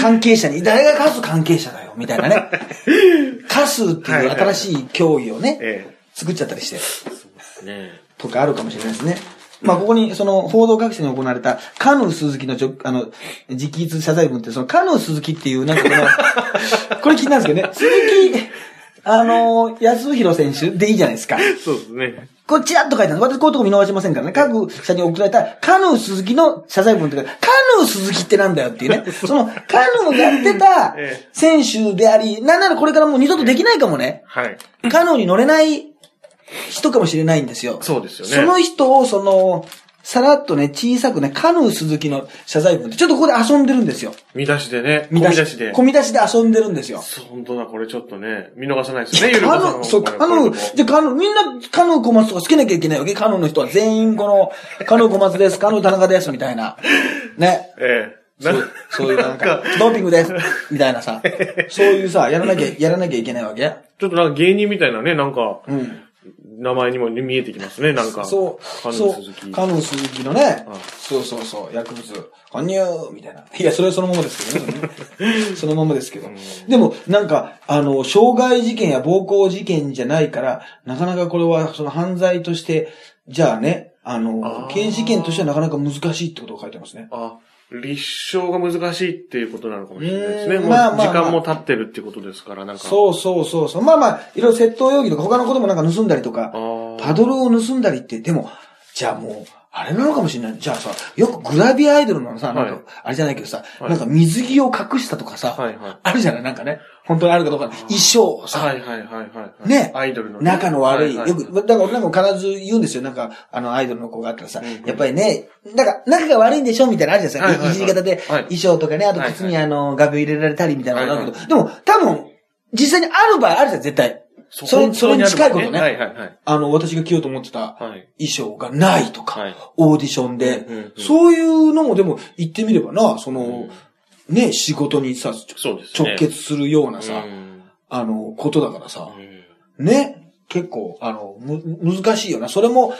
Speaker 1: 関係者に、誰がカス関係者だよ、みたいなね。カスっていう新しい競技をね、
Speaker 2: え
Speaker 1: 作っちゃったりして。
Speaker 2: え。ね
Speaker 1: とかあるかもしれないですね。まあ、ここに、その、報道学者に行われた、カヌー鈴木のちょ、あの、直筆謝罪文って、その、カヌー鈴木っていう、なんかこ の、これ気になるんですけどね、鈴木、あのー安弘選手でいいじゃないですか。
Speaker 2: そうですね。
Speaker 1: これチラッと書いてある。私こういうとこ見逃しませんからね。各社に送られた、カヌー鈴木の謝罪文って書いてあるカヌー鈴木ってなんだよっていうね。 その、カヌーやって た
Speaker 2: ええ
Speaker 1: 選手であり、なんならこれからもう二度とできないかもね。
Speaker 2: はい。
Speaker 1: カヌーに乗れない人かもしれないんですよ。
Speaker 2: そうですよね。
Speaker 1: その人を、その、さらっとね、小さくね、カヌー鈴木の謝罪文って、ちょっとここで遊んでるんですよ。
Speaker 2: 見出しでね。見出しで。
Speaker 1: 込み出しで遊んでるんですよ。
Speaker 2: そう、本当だ、これちょっとね、見逃さないです
Speaker 1: カ
Speaker 2: ね、
Speaker 1: ヌ
Speaker 2: ゆるかさん
Speaker 1: ー、
Speaker 2: の。
Speaker 1: そう、
Speaker 2: これ
Speaker 1: カヌ
Speaker 2: こ
Speaker 1: ー、で、
Speaker 2: れ
Speaker 1: カヌー、みんな、カヌー小松とかつけなきゃいけないわけカヌーの人は全員この、カヌー小松です、カヌー田中です、みたいな。ね。
Speaker 2: ええ。
Speaker 1: そうそういうなんか、ドーピングです、みたいなさ。そういうさ、やらなきゃ、やらなきゃいけないわけ
Speaker 2: ちょっとなんか芸人みたいなね、なんか、
Speaker 1: うん。
Speaker 2: 名前にも見えてきますね、なんか。
Speaker 1: そう、
Speaker 2: カヌ
Speaker 1: そ
Speaker 2: ー
Speaker 1: う
Speaker 2: 鈴木。
Speaker 1: カヌー鈴木のね
Speaker 2: うん、
Speaker 1: そうそうそう、薬物、搬入みたいな。いや、それはそのままですけど ね。そのままですけど。でも、なんか、あの、傷害事件や暴行事件じゃないから、なかなかこれは、その犯罪として、じゃあね、あの
Speaker 2: あ、ー
Speaker 1: 刑事事件としてはなかなか難しいってことが書いてますね。
Speaker 2: あ、立証が難しいっていうことなのかもしれないですね。
Speaker 1: うーん
Speaker 2: もう
Speaker 1: まあまあまあ
Speaker 2: 時間も経ってるっていうことですから、なんか。う。
Speaker 1: そうそうそうそう。まあまあ、いろいろ窃盗容疑とか他のこともなんか盗んだりとか、パ
Speaker 2: あ
Speaker 1: ドルを盗んだりって、でも、じゃあもう、あれなのかもしれない。じゃあさ、よくグラビアアイドルのさ、なんか
Speaker 2: はい
Speaker 1: あれじゃないけどさ、
Speaker 2: はい
Speaker 1: なんか水着を隠したとかさ、
Speaker 2: あ。はいはい。
Speaker 1: あるじゃないなんかね、本当にあるかどうか、衣装をさ、
Speaker 2: はいはいはいはい。
Speaker 1: ね
Speaker 2: アイドルのね。
Speaker 1: 仲の悪い、
Speaker 2: は
Speaker 1: よ
Speaker 2: は
Speaker 1: く、だから俺なんかも必ず言うんですよ。なんか、あの、アイドルの子があったらさ、やっぱりね、なんか、仲が悪いんでしょみたいなのあるじゃないですか。
Speaker 2: はいいはいはい
Speaker 1: じり方で、
Speaker 2: はい
Speaker 1: 衣装とかね、あと靴に
Speaker 2: は
Speaker 1: あの、画鋲入れられたりみたいなのがあるけど、
Speaker 2: は
Speaker 1: でも、多分、実際にある場合あるじゃん、絶対。
Speaker 2: そ
Speaker 1: それ、それに近いことね。
Speaker 2: はいはいはい。
Speaker 1: あの、私が着ようと思ってた、
Speaker 2: はい。
Speaker 1: 衣装がないとか、
Speaker 2: はい
Speaker 1: オーディションで、
Speaker 2: うんうん
Speaker 1: そういうのもでも言ってみればな、その、
Speaker 2: うん
Speaker 1: ね、仕事にさ、ちょ
Speaker 2: そうですね。
Speaker 1: 直結するようなさ、
Speaker 2: うん
Speaker 1: あの、ことだからさ
Speaker 2: う、ん
Speaker 1: ね、結構、あの、む、難しいよな。それも、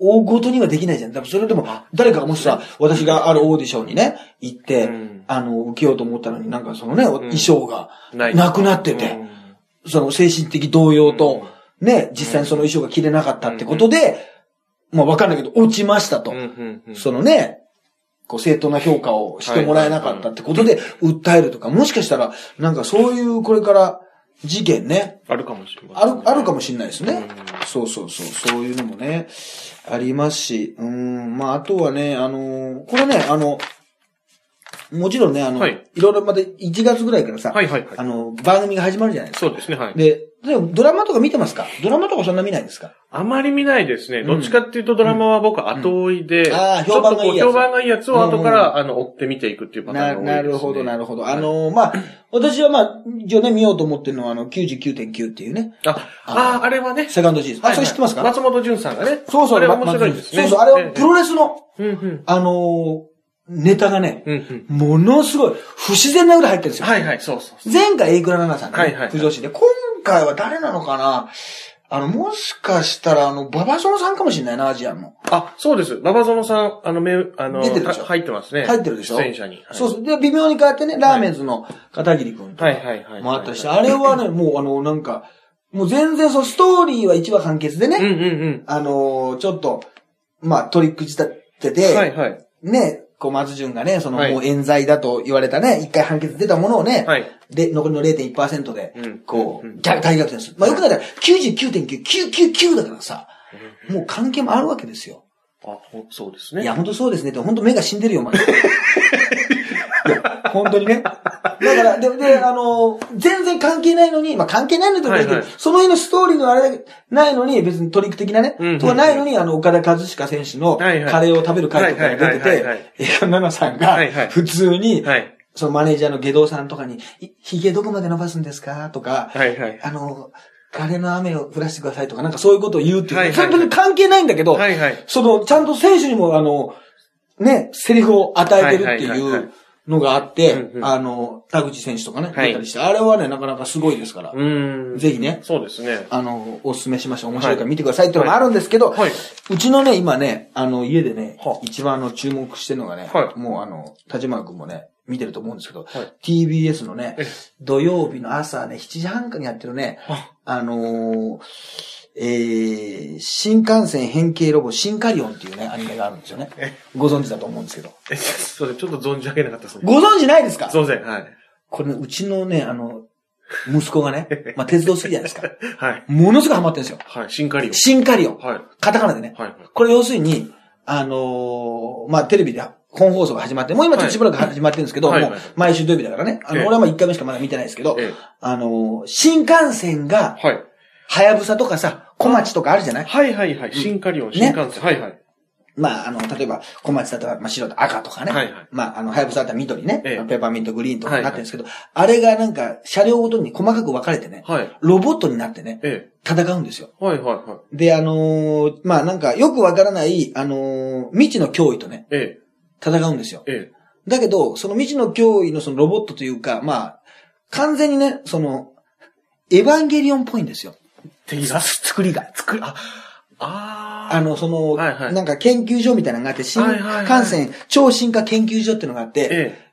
Speaker 1: 大ごとにはできないじゃん。だからそれでも、誰かがもしさ、私があるオーディションにね、行って、
Speaker 2: うん
Speaker 1: あの、受けようと思ったのになんかそのね、衣装が、
Speaker 2: ない
Speaker 1: なくなってて、
Speaker 2: うん
Speaker 1: その精神的動揺と、ね、実際にその衣装が着れなかったってことで、まあわかんないけど、落ちましたと
Speaker 2: うん。うんうん
Speaker 1: そのね、こう正当な評価をしてもらえなかったってことで、訴えるとか、もしかしたら、なんかそういうこれから事件ね、
Speaker 2: あるかもしれない。
Speaker 1: ある、あるかもしれないです
Speaker 2: う
Speaker 1: ね
Speaker 2: ん。
Speaker 1: そうそうそう、そういうのもね、ありますし、うん、まああとはね、あの、これね、あの、もちろんね、あの、
Speaker 2: はいい、
Speaker 1: ろいろまた1月ぐらいからさ、
Speaker 2: はいはいは
Speaker 1: あ
Speaker 2: い。
Speaker 1: の、番組が始まるじゃないですか。
Speaker 2: そうですね、はい。
Speaker 1: で、でもドラマとか見てますかドラマとかそんな見ないですか
Speaker 2: あまり見ないですね。
Speaker 1: ん
Speaker 2: どっちかっていうとドラマは僕後追いで、
Speaker 1: んあー
Speaker 2: ちょっとこう
Speaker 1: 評判
Speaker 2: 評判
Speaker 1: が
Speaker 2: がいいやつを後からあの追って見ていくっていうパター
Speaker 1: な
Speaker 2: ンが多いです、ね。
Speaker 1: なるほど、な
Speaker 2: る
Speaker 1: るほど。あのーまあ、私はまあ、一応ね、見ようと思ってるのは、あの、99.9っていうね、
Speaker 2: ほど。あ、あー、あれはね。
Speaker 1: セカンドシーズン。あ、それ知ってますか、
Speaker 2: はいはい松本潤さんがね。
Speaker 1: そうそう、
Speaker 2: あれ
Speaker 1: ま
Speaker 2: 面白いですね。
Speaker 1: そうそう、あれはプロレスの、
Speaker 2: ええ。うんうん。
Speaker 1: あのーネタがね、
Speaker 2: うんうん。
Speaker 1: ものすごい、不自然なぐらい入ってるんですよ。
Speaker 2: はいはい、そうそうそう。
Speaker 1: 前回、エイクラナナさんが、ね
Speaker 2: はいはいはい
Speaker 1: 浮上してで、今回は誰なのかなあの、もしかしたら、あの、ババソンさんかもしれないな、アジアンの。
Speaker 2: あ、そうです。馬場園さん、あの、め、あの、
Speaker 1: 出てるでしょ
Speaker 2: は入ってますね。
Speaker 1: 入ってるでしょ
Speaker 2: 出演者に。はい
Speaker 1: そうそう。で、微妙に変わってね、ラーメンズの片桐くんとか
Speaker 2: はいはいはいはい
Speaker 1: もあったりして、あれは ね、もうあの、なんか、もう全然そう、ストーリーは一話完結でね、
Speaker 2: うんうんうん。
Speaker 1: あのーちょっと、まあ、トリック仕立てて、
Speaker 2: はいはい。
Speaker 1: ね、こう、松潤がね、その、
Speaker 2: はい
Speaker 1: もう冤罪だと言われたね、一回判決出たものをね、
Speaker 2: はい
Speaker 1: で、残りの0.1%で
Speaker 2: うん、
Speaker 1: こう、
Speaker 2: うん
Speaker 1: 逆大逆転する。まあ、よくなったら、99.9999だからさ、もう関係もあるわけですよ。
Speaker 2: あ、ほそうです
Speaker 1: い
Speaker 2: ね。
Speaker 1: や、本当そうですねって、本当目が死んでるよ、お前。 いや、本当にね。だから、で、で、あの、全然関係ないのに、まあ、関係ないのともいいけど、
Speaker 2: はいはい
Speaker 1: その日のストーリーのあれだけないのに、別にトリック的なね、
Speaker 2: うんうんうん
Speaker 1: とかないのに、あの、岡田和親選手のカ
Speaker 2: はいはい
Speaker 1: レーを食べる回とかが出て
Speaker 2: はいはいはいはい
Speaker 1: て、映画奈々さんが
Speaker 2: はいはい、
Speaker 1: 普通に、
Speaker 2: はい。
Speaker 1: そのマネージャーの下道さんとかに、いヒゲどこまで伸ばすんですかとか、
Speaker 2: はいはい。
Speaker 1: あの、カレーの雨を降らしてくださいとか、なんかそういうことを言うっていう。
Speaker 2: はいはい
Speaker 1: それ別に関係ないんだけど、
Speaker 2: はいはい
Speaker 1: その、ちゃんと選手にも、あの、ね、セリフを与えてるって
Speaker 2: はいはい
Speaker 1: い
Speaker 2: はいは
Speaker 1: う
Speaker 2: い
Speaker 1: のがあって、
Speaker 2: うんうん
Speaker 1: あの、田口選手とかね、
Speaker 2: はい
Speaker 1: 出たりして、あれはね、なかなかすごいですから、
Speaker 2: うーん。
Speaker 1: ぜひね
Speaker 2: そうですね。
Speaker 1: あの、お勧めしましょう。面白いから見てくださいっていうのもあるんですけど、
Speaker 2: はいはいう
Speaker 1: ちのね、今ね、あの、家でね
Speaker 2: は、
Speaker 1: 一番あの、注目してるのがね、
Speaker 2: はい
Speaker 1: もうあの、田島君もね、見てると思うんですけど、
Speaker 2: い
Speaker 1: TBS のね
Speaker 2: ええ、
Speaker 1: 土曜日の朝ね、7時半からやってるね、
Speaker 2: あ
Speaker 1: あのーえー、新幹線変形ロボ、シンカリオンっていうね、アニメがあるんですよね。ご存知だと思うんですけど。
Speaker 2: え、それちょっと存じ上げなかったですね。
Speaker 1: ご存知ないですか
Speaker 2: すいません。はい。
Speaker 1: これね、うちのね、あの、息子がね、まあ、鉄道好きじゃないですか。
Speaker 2: はい。
Speaker 1: ものすごいハマってるんですよ。
Speaker 2: はい。シンカリオ。
Speaker 1: シンカリオン。
Speaker 2: はい。
Speaker 1: カタカナでね。
Speaker 2: はい。
Speaker 1: これ要するに、あのーまあ、テレビで本放送が始まって、もう今ちょっとしばらく始まってるんですけど、
Speaker 2: はい
Speaker 1: もう毎週土曜日だからね。あの、
Speaker 2: ええ
Speaker 1: 俺はまあ1回目しかまだ見てないですけど、
Speaker 2: ええ
Speaker 1: あのー新幹線が、
Speaker 2: はい。
Speaker 1: はやぶさとかさ、小町とかあるじゃない
Speaker 2: はいはいはい。シンカリオン、新幹線。はいはい。
Speaker 1: まあ、あの、例えば、小町だったら、まあ、白と赤とかね。
Speaker 2: はいはい
Speaker 1: まあ、あの、はやぶさだったら緑ね。
Speaker 2: ええ
Speaker 1: ペーパーミントグリーンと
Speaker 2: は
Speaker 1: か
Speaker 2: い
Speaker 1: な
Speaker 2: は
Speaker 1: ってる
Speaker 2: い
Speaker 1: んですけど、あれがなんか、車両ごとに細かく分かれてね、
Speaker 2: はい。
Speaker 1: ロボットになってね、
Speaker 2: え
Speaker 1: 戦うんですよ。
Speaker 2: え。はいはいはい。
Speaker 1: で、あのーまあ、なんか、よくわからない、あのー未知の脅威とね、
Speaker 2: え
Speaker 1: 戦うんですよ。
Speaker 2: え。え
Speaker 1: だけど、その未知の脅威のそのロボットというか、まあ、完全にね、その、エヴァンゲリオンっぽいんですよ。
Speaker 2: え。敵が。
Speaker 1: 作りが。
Speaker 2: 作る、あ、あー
Speaker 1: あの、その、
Speaker 2: はいはい
Speaker 1: なんか研究所みたいなのがあって、新
Speaker 2: はい
Speaker 1: 幹線、
Speaker 2: はいはい
Speaker 1: 超進化研究所っていうのがあって、
Speaker 2: え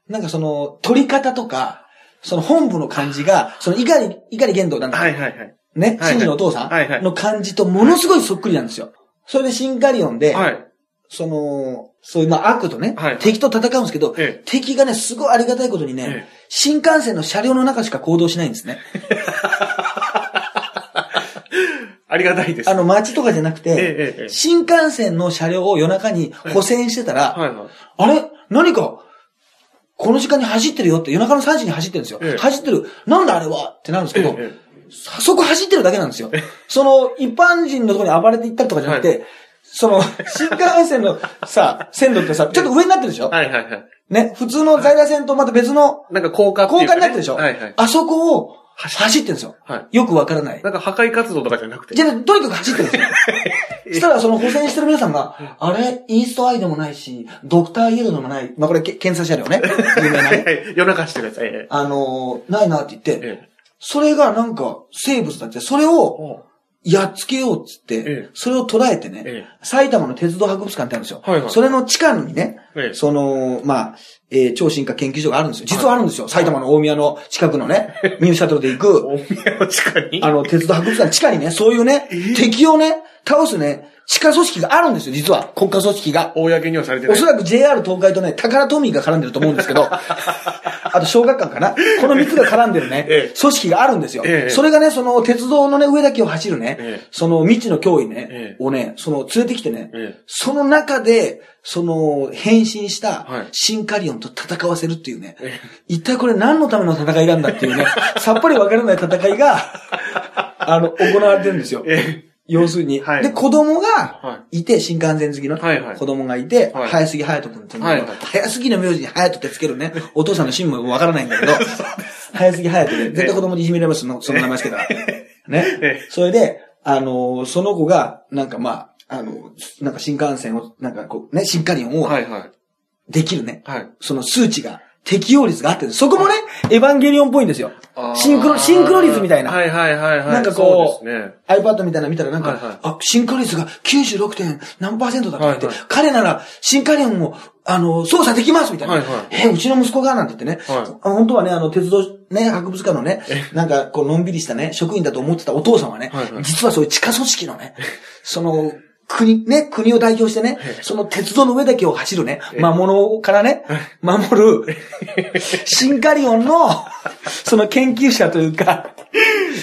Speaker 2: え。
Speaker 1: なんかその、取り方とか、その本部の感じが、その碇、碇玄道なんだ、
Speaker 2: はいはいはい。
Speaker 1: ね、
Speaker 2: はい
Speaker 1: 真治のお父さ
Speaker 2: はいはい
Speaker 1: んの感じとものすごいそっくりなんですよ。それでシンカリオンで、
Speaker 2: はい。
Speaker 1: その、そういうまあ悪とね、
Speaker 2: はい
Speaker 1: 敵と戦うんですけど、
Speaker 2: ええ
Speaker 1: 敵がね、すごいありがたいことにね、
Speaker 2: ええ
Speaker 1: 新幹線の車両の中しか行動しないんですね。
Speaker 2: ありがたいです。
Speaker 1: あの街とかじゃなくて、
Speaker 2: ええええええ
Speaker 1: 新幹線の車両を夜中に補線してたら、
Speaker 2: はいはい。
Speaker 1: あれ何か、この時間に走ってるよって、夜中の3時に走ってるんですよ。
Speaker 2: ええ
Speaker 1: 走ってる。なんだあれはってなるんですけど、
Speaker 2: え
Speaker 1: そそこ走ってるだけなんですよ。その、一般人のところに暴れていったりとかじゃなくて、
Speaker 2: は
Speaker 1: その、新幹線のさ、線路ってさ、ちょっと上になってるでしょ、
Speaker 2: はいはいはい。
Speaker 1: ね、普通の在来線とまた別の
Speaker 2: なんか効果ってい
Speaker 1: 高
Speaker 2: うか
Speaker 1: 架
Speaker 2: ね
Speaker 1: になってるでしょ、
Speaker 2: はいはい。
Speaker 1: あそこを
Speaker 2: 走
Speaker 1: 走ってるんですよ。
Speaker 2: はい。
Speaker 1: よくわからない
Speaker 2: な。んか破壊活動とかじゃなくて。
Speaker 1: じゃあ、とにかく走ってるんです よ。そしたら、その補選してる皆さんが、あれ、イーストアイでもないし、ドクターイエローでもない。まあ、これ、け検査車両ね。 有名な
Speaker 2: はい
Speaker 1: ね。
Speaker 2: はい。夜中してください。え
Speaker 1: あのーないなって言っ
Speaker 2: え。
Speaker 1: て、
Speaker 2: え
Speaker 1: それがなんか生物だって、それ
Speaker 2: え。
Speaker 1: を
Speaker 2: おう
Speaker 1: やっつけようっつっ
Speaker 2: ええ
Speaker 1: て、それを捉えて
Speaker 2: え
Speaker 1: ね、埼玉の鉄道博物館ってあるんですよ
Speaker 2: はいは。い
Speaker 1: それの地下にね
Speaker 2: ええ、
Speaker 1: その、まあ、えー超進化研究所があるんですよ。実はあるんですよ。埼玉の大宮の近くの ね、ニューシャトルで行く、
Speaker 2: お宮の地下に
Speaker 1: あの、鉄道博物館地下にね、そういうね、敵をね、倒すね、地下組織があるんですよ、実は。国家組織が。
Speaker 2: 公にはされてな
Speaker 1: お
Speaker 2: い
Speaker 1: そ。らく JR 東海とね、宝トミーが絡んでると思うんです けど、あと小学館かなこの3つが絡んでるね、
Speaker 2: ええ
Speaker 1: 組織があるんですよ、
Speaker 2: ええ
Speaker 1: それがね、その鉄道のね、上だけを走るね、
Speaker 2: ええ
Speaker 1: その未知の脅威ね、
Speaker 2: ええ
Speaker 1: をね、その連れてきてね、
Speaker 2: ええ
Speaker 1: その中で、その変身した
Speaker 2: はい
Speaker 1: シンカリオンと戦わせるっていうね、一体これ何のための戦いなんだっていうね、さっぱりわからない戦いが、 あの、行われてるんですよ。
Speaker 2: え
Speaker 1: 要するに。
Speaker 2: はい
Speaker 1: で、子供が
Speaker 2: はい
Speaker 1: て、新幹線好きの
Speaker 2: はいはい
Speaker 1: 子供がいて、
Speaker 2: はい
Speaker 1: 早杉隼人君っていうの
Speaker 2: はいはい
Speaker 1: 早杉の名字に隼人ってつけるね。お父さんの趣味もわからないんだけ ど、早杉隼人で、絶対子供にいじめられます、そのその名前つけたら。
Speaker 2: え
Speaker 1: ね。それで、あのー、その子が、なんかまあ、あの、なんか新幹線を、なんかこう、ね、新幹線
Speaker 2: え。
Speaker 1: を
Speaker 2: はいはい。
Speaker 1: できるね。
Speaker 2: はい。
Speaker 1: その数値が、適応率があってる、そこもね、エヴァンゲリオンっぽいんですよ
Speaker 2: あ。ー
Speaker 1: シンクロ、シンクロ率みたいな。
Speaker 2: はいはいはいはい。
Speaker 1: なんかこ
Speaker 2: そう
Speaker 1: う、
Speaker 2: ですね。
Speaker 1: iPad みたいなの見たらなんか、
Speaker 2: はいはい
Speaker 1: あ、進化率が 96. 点何パーセントだとか言って、
Speaker 2: はいはい
Speaker 1: 彼なら進化連を、あの、操作できますみたいな。
Speaker 2: はいはい
Speaker 1: え、うちの息子がなんて言ってね、
Speaker 2: はい
Speaker 1: あ本当はね、あの、鉄道、ね、博物館のね、なんか、こう、のんびりしたね、職員だと思ってたお父さんはね、
Speaker 2: はいはい
Speaker 1: 実はそういう地下組織のね、その、国、ね、国を代表してね、その鉄道の上だけを走るね、魔物からね、守る、シンカリオンの、その研究者というか、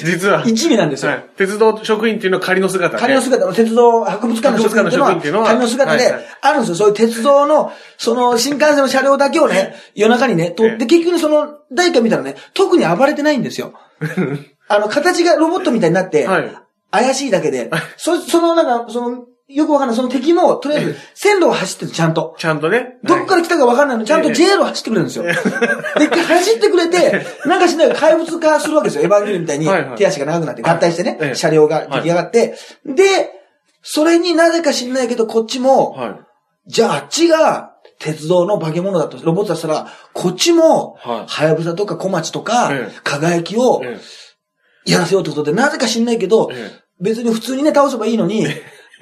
Speaker 2: 実は。
Speaker 1: 一味なんですよ
Speaker 2: は。い。鉄道職員っていうのは仮の姿ね。
Speaker 1: 仮の姿の鉄道博物館の職員っていうのは、
Speaker 2: 博物館の職員っていうのは
Speaker 1: 仮の姿
Speaker 2: はい
Speaker 1: で
Speaker 2: はい、
Speaker 1: あるんですよ。そういう鉄道の、その新幹線の車両だけをね、夜中にね、と
Speaker 2: ええ
Speaker 1: で、結局ね、その、誰か見たらね、特に暴れてないん ですよ。あの、形がロボットみたいになって
Speaker 2: はい、
Speaker 1: 怪しいだけで、そ、その、なんか、その、よくわかんない、その敵も、とりあえず、線路を走ってる、ちゃんと。
Speaker 2: ちゃんとね。
Speaker 1: どっから来たかわかんないのに、ちゃん
Speaker 2: え
Speaker 1: と
Speaker 2: え
Speaker 1: JL を走ってくれるんですよ。で、走ってくれ て、なんかしないと怪物化するわけですよ。エヴァンゲリオンみたいに
Speaker 2: はいはい
Speaker 1: 手足が長くなって合体して
Speaker 2: ええ
Speaker 1: ね、車両が出来上がって。で、それになぜか知んないけど、こっちも、
Speaker 2: はい。
Speaker 1: じゃああっちが鉄道の化け物だと、ロボットだとしたら、こっちも、
Speaker 2: は
Speaker 1: は
Speaker 2: い
Speaker 1: やぶさとか小町とか
Speaker 2: ええ、
Speaker 1: 輝きを
Speaker 2: え
Speaker 1: やらせようってことで、なぜか知んないけど
Speaker 2: え、え
Speaker 1: 別に普通にね、倒せばいいの に、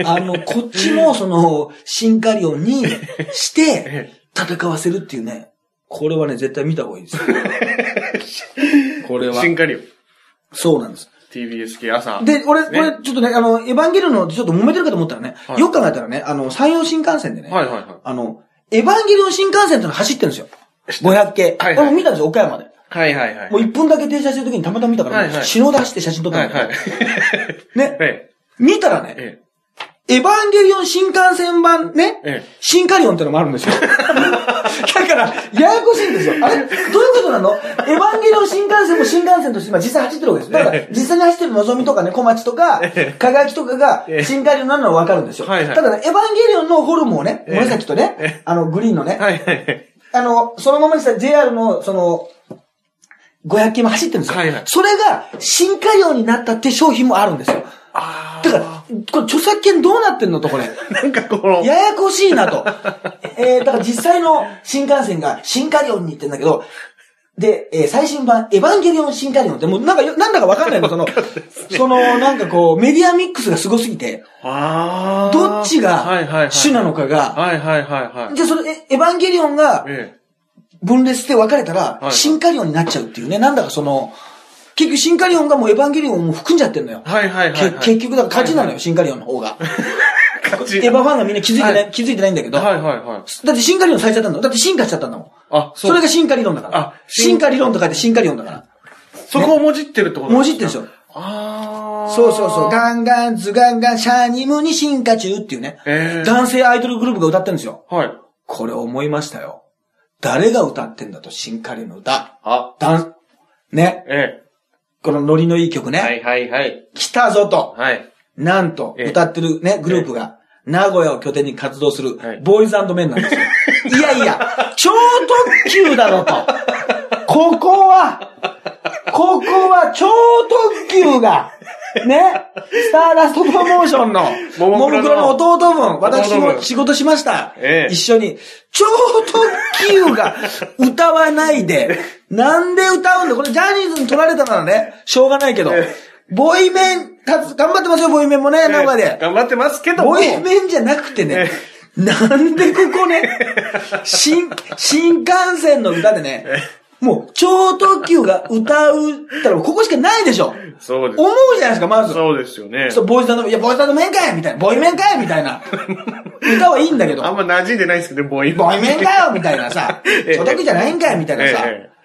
Speaker 1: あの、こっちも、その、進化量にして
Speaker 2: え、
Speaker 1: 戦わせるっていうね。これはね、絶対見た方がいいですよ。これ
Speaker 2: え。
Speaker 1: は。
Speaker 2: 新カリオ。
Speaker 1: そうなんです。
Speaker 2: TBS 系朝。
Speaker 1: で、俺、
Speaker 2: ね
Speaker 1: 俺、ちょっとね、あの、エヴァンゲリオンの、ちょっと揉めてるかと思ったらね、
Speaker 2: はい
Speaker 1: よく考えたらね、あの、山陽新幹線でね、
Speaker 2: はいはいはい
Speaker 1: あの、エヴァンゲリオン新幹線ってのが走ってるんですよ。500系。
Speaker 2: はいはい
Speaker 1: 俺も見たんですよ、岡山で。
Speaker 2: はいはいはい。
Speaker 1: もう1分だけ停車してる時にたまたま見たから、
Speaker 2: はいはい
Speaker 1: 死のうで走って写真撮った
Speaker 2: は
Speaker 1: ん
Speaker 2: い
Speaker 1: だ
Speaker 2: はい。
Speaker 1: ね。
Speaker 2: え
Speaker 1: 見たらね、
Speaker 2: え、え
Speaker 1: エヴァンゲリオン新幹線版ね
Speaker 2: え、、ええ。
Speaker 1: シンカリオンってのもあるんです よ。だから、ややこしいんですよ。あれどういうことなのエヴァンゲリオン新幹線も新幹線として今実際走ってるわけです。だから、実際に走ってるのぞみとかね、小町とか、輝とかが
Speaker 2: ええ
Speaker 1: 新カリオンなのはわかるんですよ。
Speaker 2: はいはい
Speaker 1: ただね、エヴァンゲリオンのホルムをね、
Speaker 2: ええ
Speaker 1: 紫とね、あの、グリーンのね、
Speaker 2: はいはいはい。
Speaker 1: あの、そのままにした JR の、その、500系も走ってるんですよ。
Speaker 2: はいはい
Speaker 1: それが、新カリオンになったって商品もあるんですよ。
Speaker 2: あ
Speaker 1: だから、これ著作権どうなってんのとこれ。
Speaker 2: あ。なんかこの、
Speaker 1: ややこしいな と。えー、だから実際の新幹線が新カリオンに行ってんだけど、で、えー最新版、エヴァンゲリオン新カリオンって、もうなんかよ、なんだかわかんないの、その、その、なんかこう、メディアミックスがすごすぎて、
Speaker 2: ああ。
Speaker 1: どっち
Speaker 2: はいはいは
Speaker 1: が
Speaker 2: い
Speaker 1: 主なのかが、
Speaker 2: はいはいはいはい。
Speaker 1: で、それ、えエヴァンゲリオンが
Speaker 2: え
Speaker 1: 分裂して分かれたら
Speaker 2: い、はい
Speaker 1: 新カリオンになっちゃうっていうね、なんだかその、結局新カリオンがもうエヴァンゲリオンを含んじゃってんのよ
Speaker 2: え。。はいはいはい、はい。
Speaker 1: け結局、だから勝ちなの
Speaker 2: は
Speaker 1: よ、新カリオンの方が。
Speaker 2: いはい。勝ち。
Speaker 1: エヴァファンがみんな気づいてな、
Speaker 2: はい
Speaker 1: 気づいてないんだけど、
Speaker 2: はいはいはい。
Speaker 1: だって進化理論されちゃったんだもん。だって進化しちゃったんだもん。
Speaker 2: あ、
Speaker 1: そ
Speaker 2: そう。
Speaker 1: れが進化理論だから。
Speaker 2: あ進
Speaker 1: 進化理論と書いて進化理論だから。
Speaker 2: そこをもじってるってこと
Speaker 1: もじってるでしょ。
Speaker 2: ああ。
Speaker 1: そうそうそう。ガンガンズガンガンシャーニムに進化中っていうね。
Speaker 2: ええ
Speaker 1: 男性アイドルグループが歌ってるんですよ。
Speaker 2: はい。
Speaker 1: これ思いましたよ。誰が歌ってんだと進化理論の歌。
Speaker 2: あ、
Speaker 1: ダン、ね。
Speaker 2: え
Speaker 1: このノリのいい曲
Speaker 2: え
Speaker 1: ね。
Speaker 2: はいはいはい。
Speaker 1: 来たぞと。
Speaker 2: はい。
Speaker 1: なんと、
Speaker 2: ええ
Speaker 1: 歌ってるね、グループが、名古屋を拠点に活動する
Speaker 2: はい、
Speaker 1: ボーイズメンなん ですよ。いやいや、超特急だろと。ここは、ここは超特急が、ね、スターラストプロモーションの、
Speaker 2: も
Speaker 1: も
Speaker 2: も
Speaker 1: も
Speaker 2: クロの
Speaker 1: クロの弟分、私
Speaker 2: 弟
Speaker 1: も
Speaker 2: 分
Speaker 1: 仕事しました。
Speaker 2: ええ
Speaker 1: 一緒に、超特急が歌わない で、なんで歌うんだこれジャニーズに取られたならね、しょうがないけど
Speaker 2: え、
Speaker 1: ボイメン、たつ頑張ってますよ、ボイメンもね、名古屋
Speaker 2: ええ
Speaker 1: で。
Speaker 2: 頑張ってますけども。
Speaker 1: ボイメンじゃなくてね
Speaker 2: え、
Speaker 1: なんでここね、新、新幹線の歌でね、もう超特急が歌うったらここしかないでしょ。
Speaker 2: そうです
Speaker 1: 思うじゃないですか、まず。
Speaker 2: そうですよね。
Speaker 1: そう、ボーイズの、いや、ボーイズの面かいみたいな。ボイメンかいみたいな。歌はいいんだけど
Speaker 2: あ。んま馴染んでないですけど、ボイメン。
Speaker 1: ボイメンかよみたいなさ
Speaker 2: え、え
Speaker 1: 所得じゃないんかいみたいなさ、
Speaker 2: ええ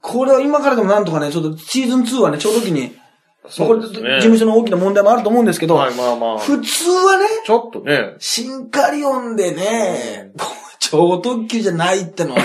Speaker 1: これは今からでもなんとかね、ちょっとシーズン2はね、ちょうど時に、
Speaker 2: そうですね
Speaker 1: これ事務所の大きな問題もあると思うんですけど、
Speaker 2: はいまあまあ
Speaker 1: 普通はね、
Speaker 2: ちょっとね。
Speaker 1: シンカリオンでね、こう超特急じゃないって のはね、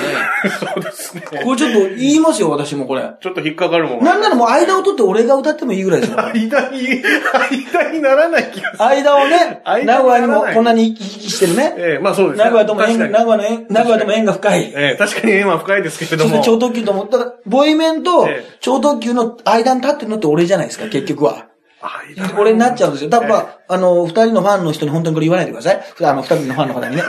Speaker 2: そうですね。
Speaker 1: これちょっと言いますよ、私もこれ。
Speaker 2: ちょっと引っかかるもん。
Speaker 1: なんならもう間を取って俺が歌ってもいいぐらいです よ。
Speaker 2: 間に、間にならない気がする。
Speaker 1: 間をね、名
Speaker 2: 間
Speaker 1: 古
Speaker 2: を
Speaker 1: 屋に
Speaker 2: やらない
Speaker 1: もこんなに行き来してるね。
Speaker 2: ええまあそうですね。
Speaker 1: 名古屋とも縁、名
Speaker 2: 確かに
Speaker 1: 古屋の縁、名古屋とも縁が深い。
Speaker 2: ええ確かに縁は深いですけれ
Speaker 1: そ
Speaker 2: ど
Speaker 1: して
Speaker 2: も。
Speaker 1: 超特急と思ったら、ボイメンと
Speaker 2: ええ
Speaker 1: 超特急の間に立ってるのって俺じゃないですか、結局は。
Speaker 2: 間
Speaker 1: 俺になっちゃうんですよ。だからまあ、あの、二人のファンの人に本当にこれ言わないでください。あの、二人のファンの方 にね。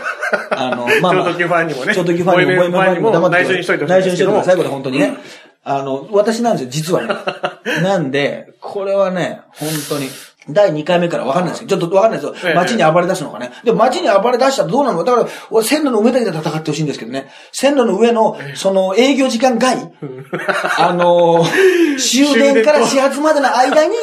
Speaker 1: あの、まあまあ。
Speaker 2: 超特急ファンにもね
Speaker 1: 超特急ファンにも、
Speaker 2: ボイメンファンにも内緒にしといてほしいん
Speaker 1: 内
Speaker 2: で
Speaker 1: 緒に
Speaker 2: す
Speaker 1: しとい
Speaker 2: け
Speaker 1: て
Speaker 2: ど
Speaker 1: く
Speaker 2: も
Speaker 1: ださい、これ本当にね。あの、私なんですよ、実は ね。なんで、これはね、本当に。第2回目から分かんないですよ。ちょっと分かんないです
Speaker 2: え
Speaker 1: よ。
Speaker 2: え
Speaker 1: 街に暴れ出すのかね。でも街に暴れ出したらどうなのかだから、俺線路の上だけで戦ってほしいんですけどね。線路の上の、その営業時間外、あの、終電から始発までの間に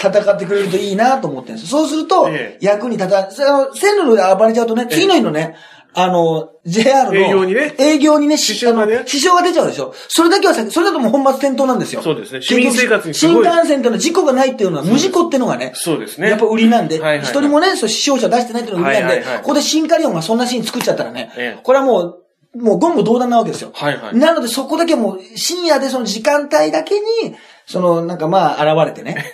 Speaker 1: 戦ってくれるといいなと思ってるんです。そうすると
Speaker 2: ええ、
Speaker 1: 役に立た、その線路の上で暴れちゃうとね、次の日のね、あの、JR の
Speaker 2: 営業にね
Speaker 1: 営業にね、支
Speaker 2: 支障がね
Speaker 1: 支障が出ちゃうでしょ。それだけはさ、それだともう本末転倒なんですよ。
Speaker 2: そうですね市民生活にす
Speaker 1: 新
Speaker 2: ごい
Speaker 1: 幹線っていうのは事故がないっていうのは無事故っていうのがね。
Speaker 2: そうですね
Speaker 1: やっぱ売りなんで。
Speaker 2: はいはいはい
Speaker 1: 一人もね、そう死傷者出してないっていうのが売りなんで、
Speaker 2: はいはいはい
Speaker 1: ここで新カリオンがそんなシーン作っちゃったらね、
Speaker 2: ええ
Speaker 1: これはもう、もう言武道断なわけですよ。
Speaker 2: はいはい
Speaker 1: なのでそこだけもう深夜でその時間帯だけに、そのなんかまあ現れて ね、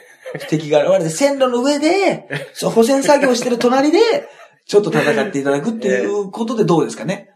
Speaker 1: 敵が現れて線路の上で、そう補選作業してる隣で、ちょっと戦っていただくっていうことでどうですかね。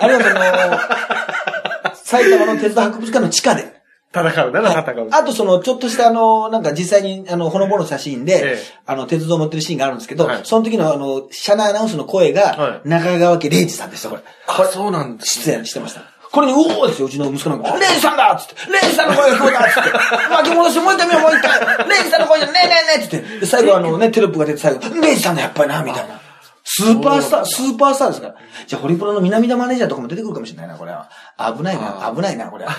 Speaker 1: あるいはその、埼玉の鉄道博物館の地下で。
Speaker 2: 戦うなら戦う。
Speaker 1: あとその、ちょっとしたあの、なんか実際に、あの、ほのぼのしたシーンで、
Speaker 2: ええ
Speaker 1: あの、鉄道乗ってるシーンがあるんですけど、
Speaker 2: はい
Speaker 1: その時のあの、車内アナウンスの声
Speaker 2: は
Speaker 1: が、
Speaker 2: い
Speaker 1: 中川家礼二さんでした、これ。
Speaker 2: あ、そうなんで
Speaker 1: 出演してました。これに、おおですよ、うちの息子なんか、レイジさんだっつって、レイジさんの声が聞こえたっつって、巻き戻してもう一回見よう、もう一回、レイジさんの声じゃねえねえねえっつって、で最後あのね、テロップが出て最後、レイジさんだやっぱりな、みたいな。スーパースター、スーパースターですから。じゃあ、ホリプロの南田マネージャーとかも出てくるかもしれないな、これは。危ないな、
Speaker 2: あー
Speaker 1: 危ないな、これは。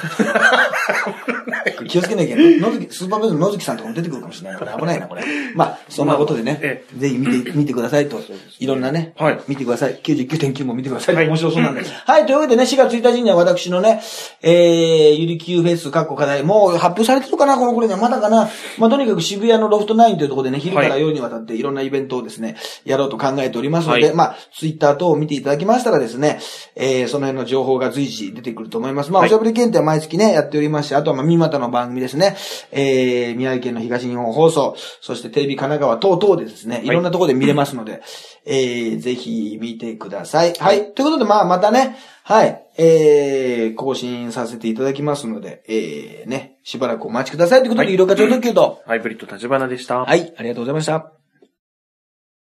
Speaker 1: 気をつけなきゃいけない。野月スーパーベルの野月さんとかも出てくるかもしれないな、これ危ないな、これ。まあ、そんなことでね、
Speaker 2: え
Speaker 1: ぜひ見て、見てくださいと。いろんなね、
Speaker 2: はい
Speaker 1: 見てください。99.9も見てください。
Speaker 2: はい
Speaker 1: 面白そうなんで。はい、というわけでね、4月1日には私のね、えー、ゆりきゅうフェス、かっこ課題、もう発表されてるかな、このこれね、まだかな。まあ、とにかく渋谷のロフト9というところでね、昼から
Speaker 2: はい
Speaker 1: 夜にわたっていろんなイベントをですね、やろうと考えておりますので、
Speaker 2: はい
Speaker 1: まあ、ツイッター等を見ていただきましたらですね、えー、その辺の情報が随時出てくると思います。まあ、
Speaker 2: は
Speaker 1: お
Speaker 2: い
Speaker 1: しゃべり検定は毎月ね、やっておりまして、あとは、まあ、三股の番組ですね、えー、宮城県の東日本放送、そしてテレビ神奈川等々でですね、いろんなところで見れますので、えー、ぜひ見てください。はい。ということで、まあ、またね、はい、えー、更新させていただきますので、えー、ね、しばらくお待ちくださいということで、有料課長特急と、
Speaker 2: ハイブリッド立花でした。
Speaker 1: はい、ありがとうございました。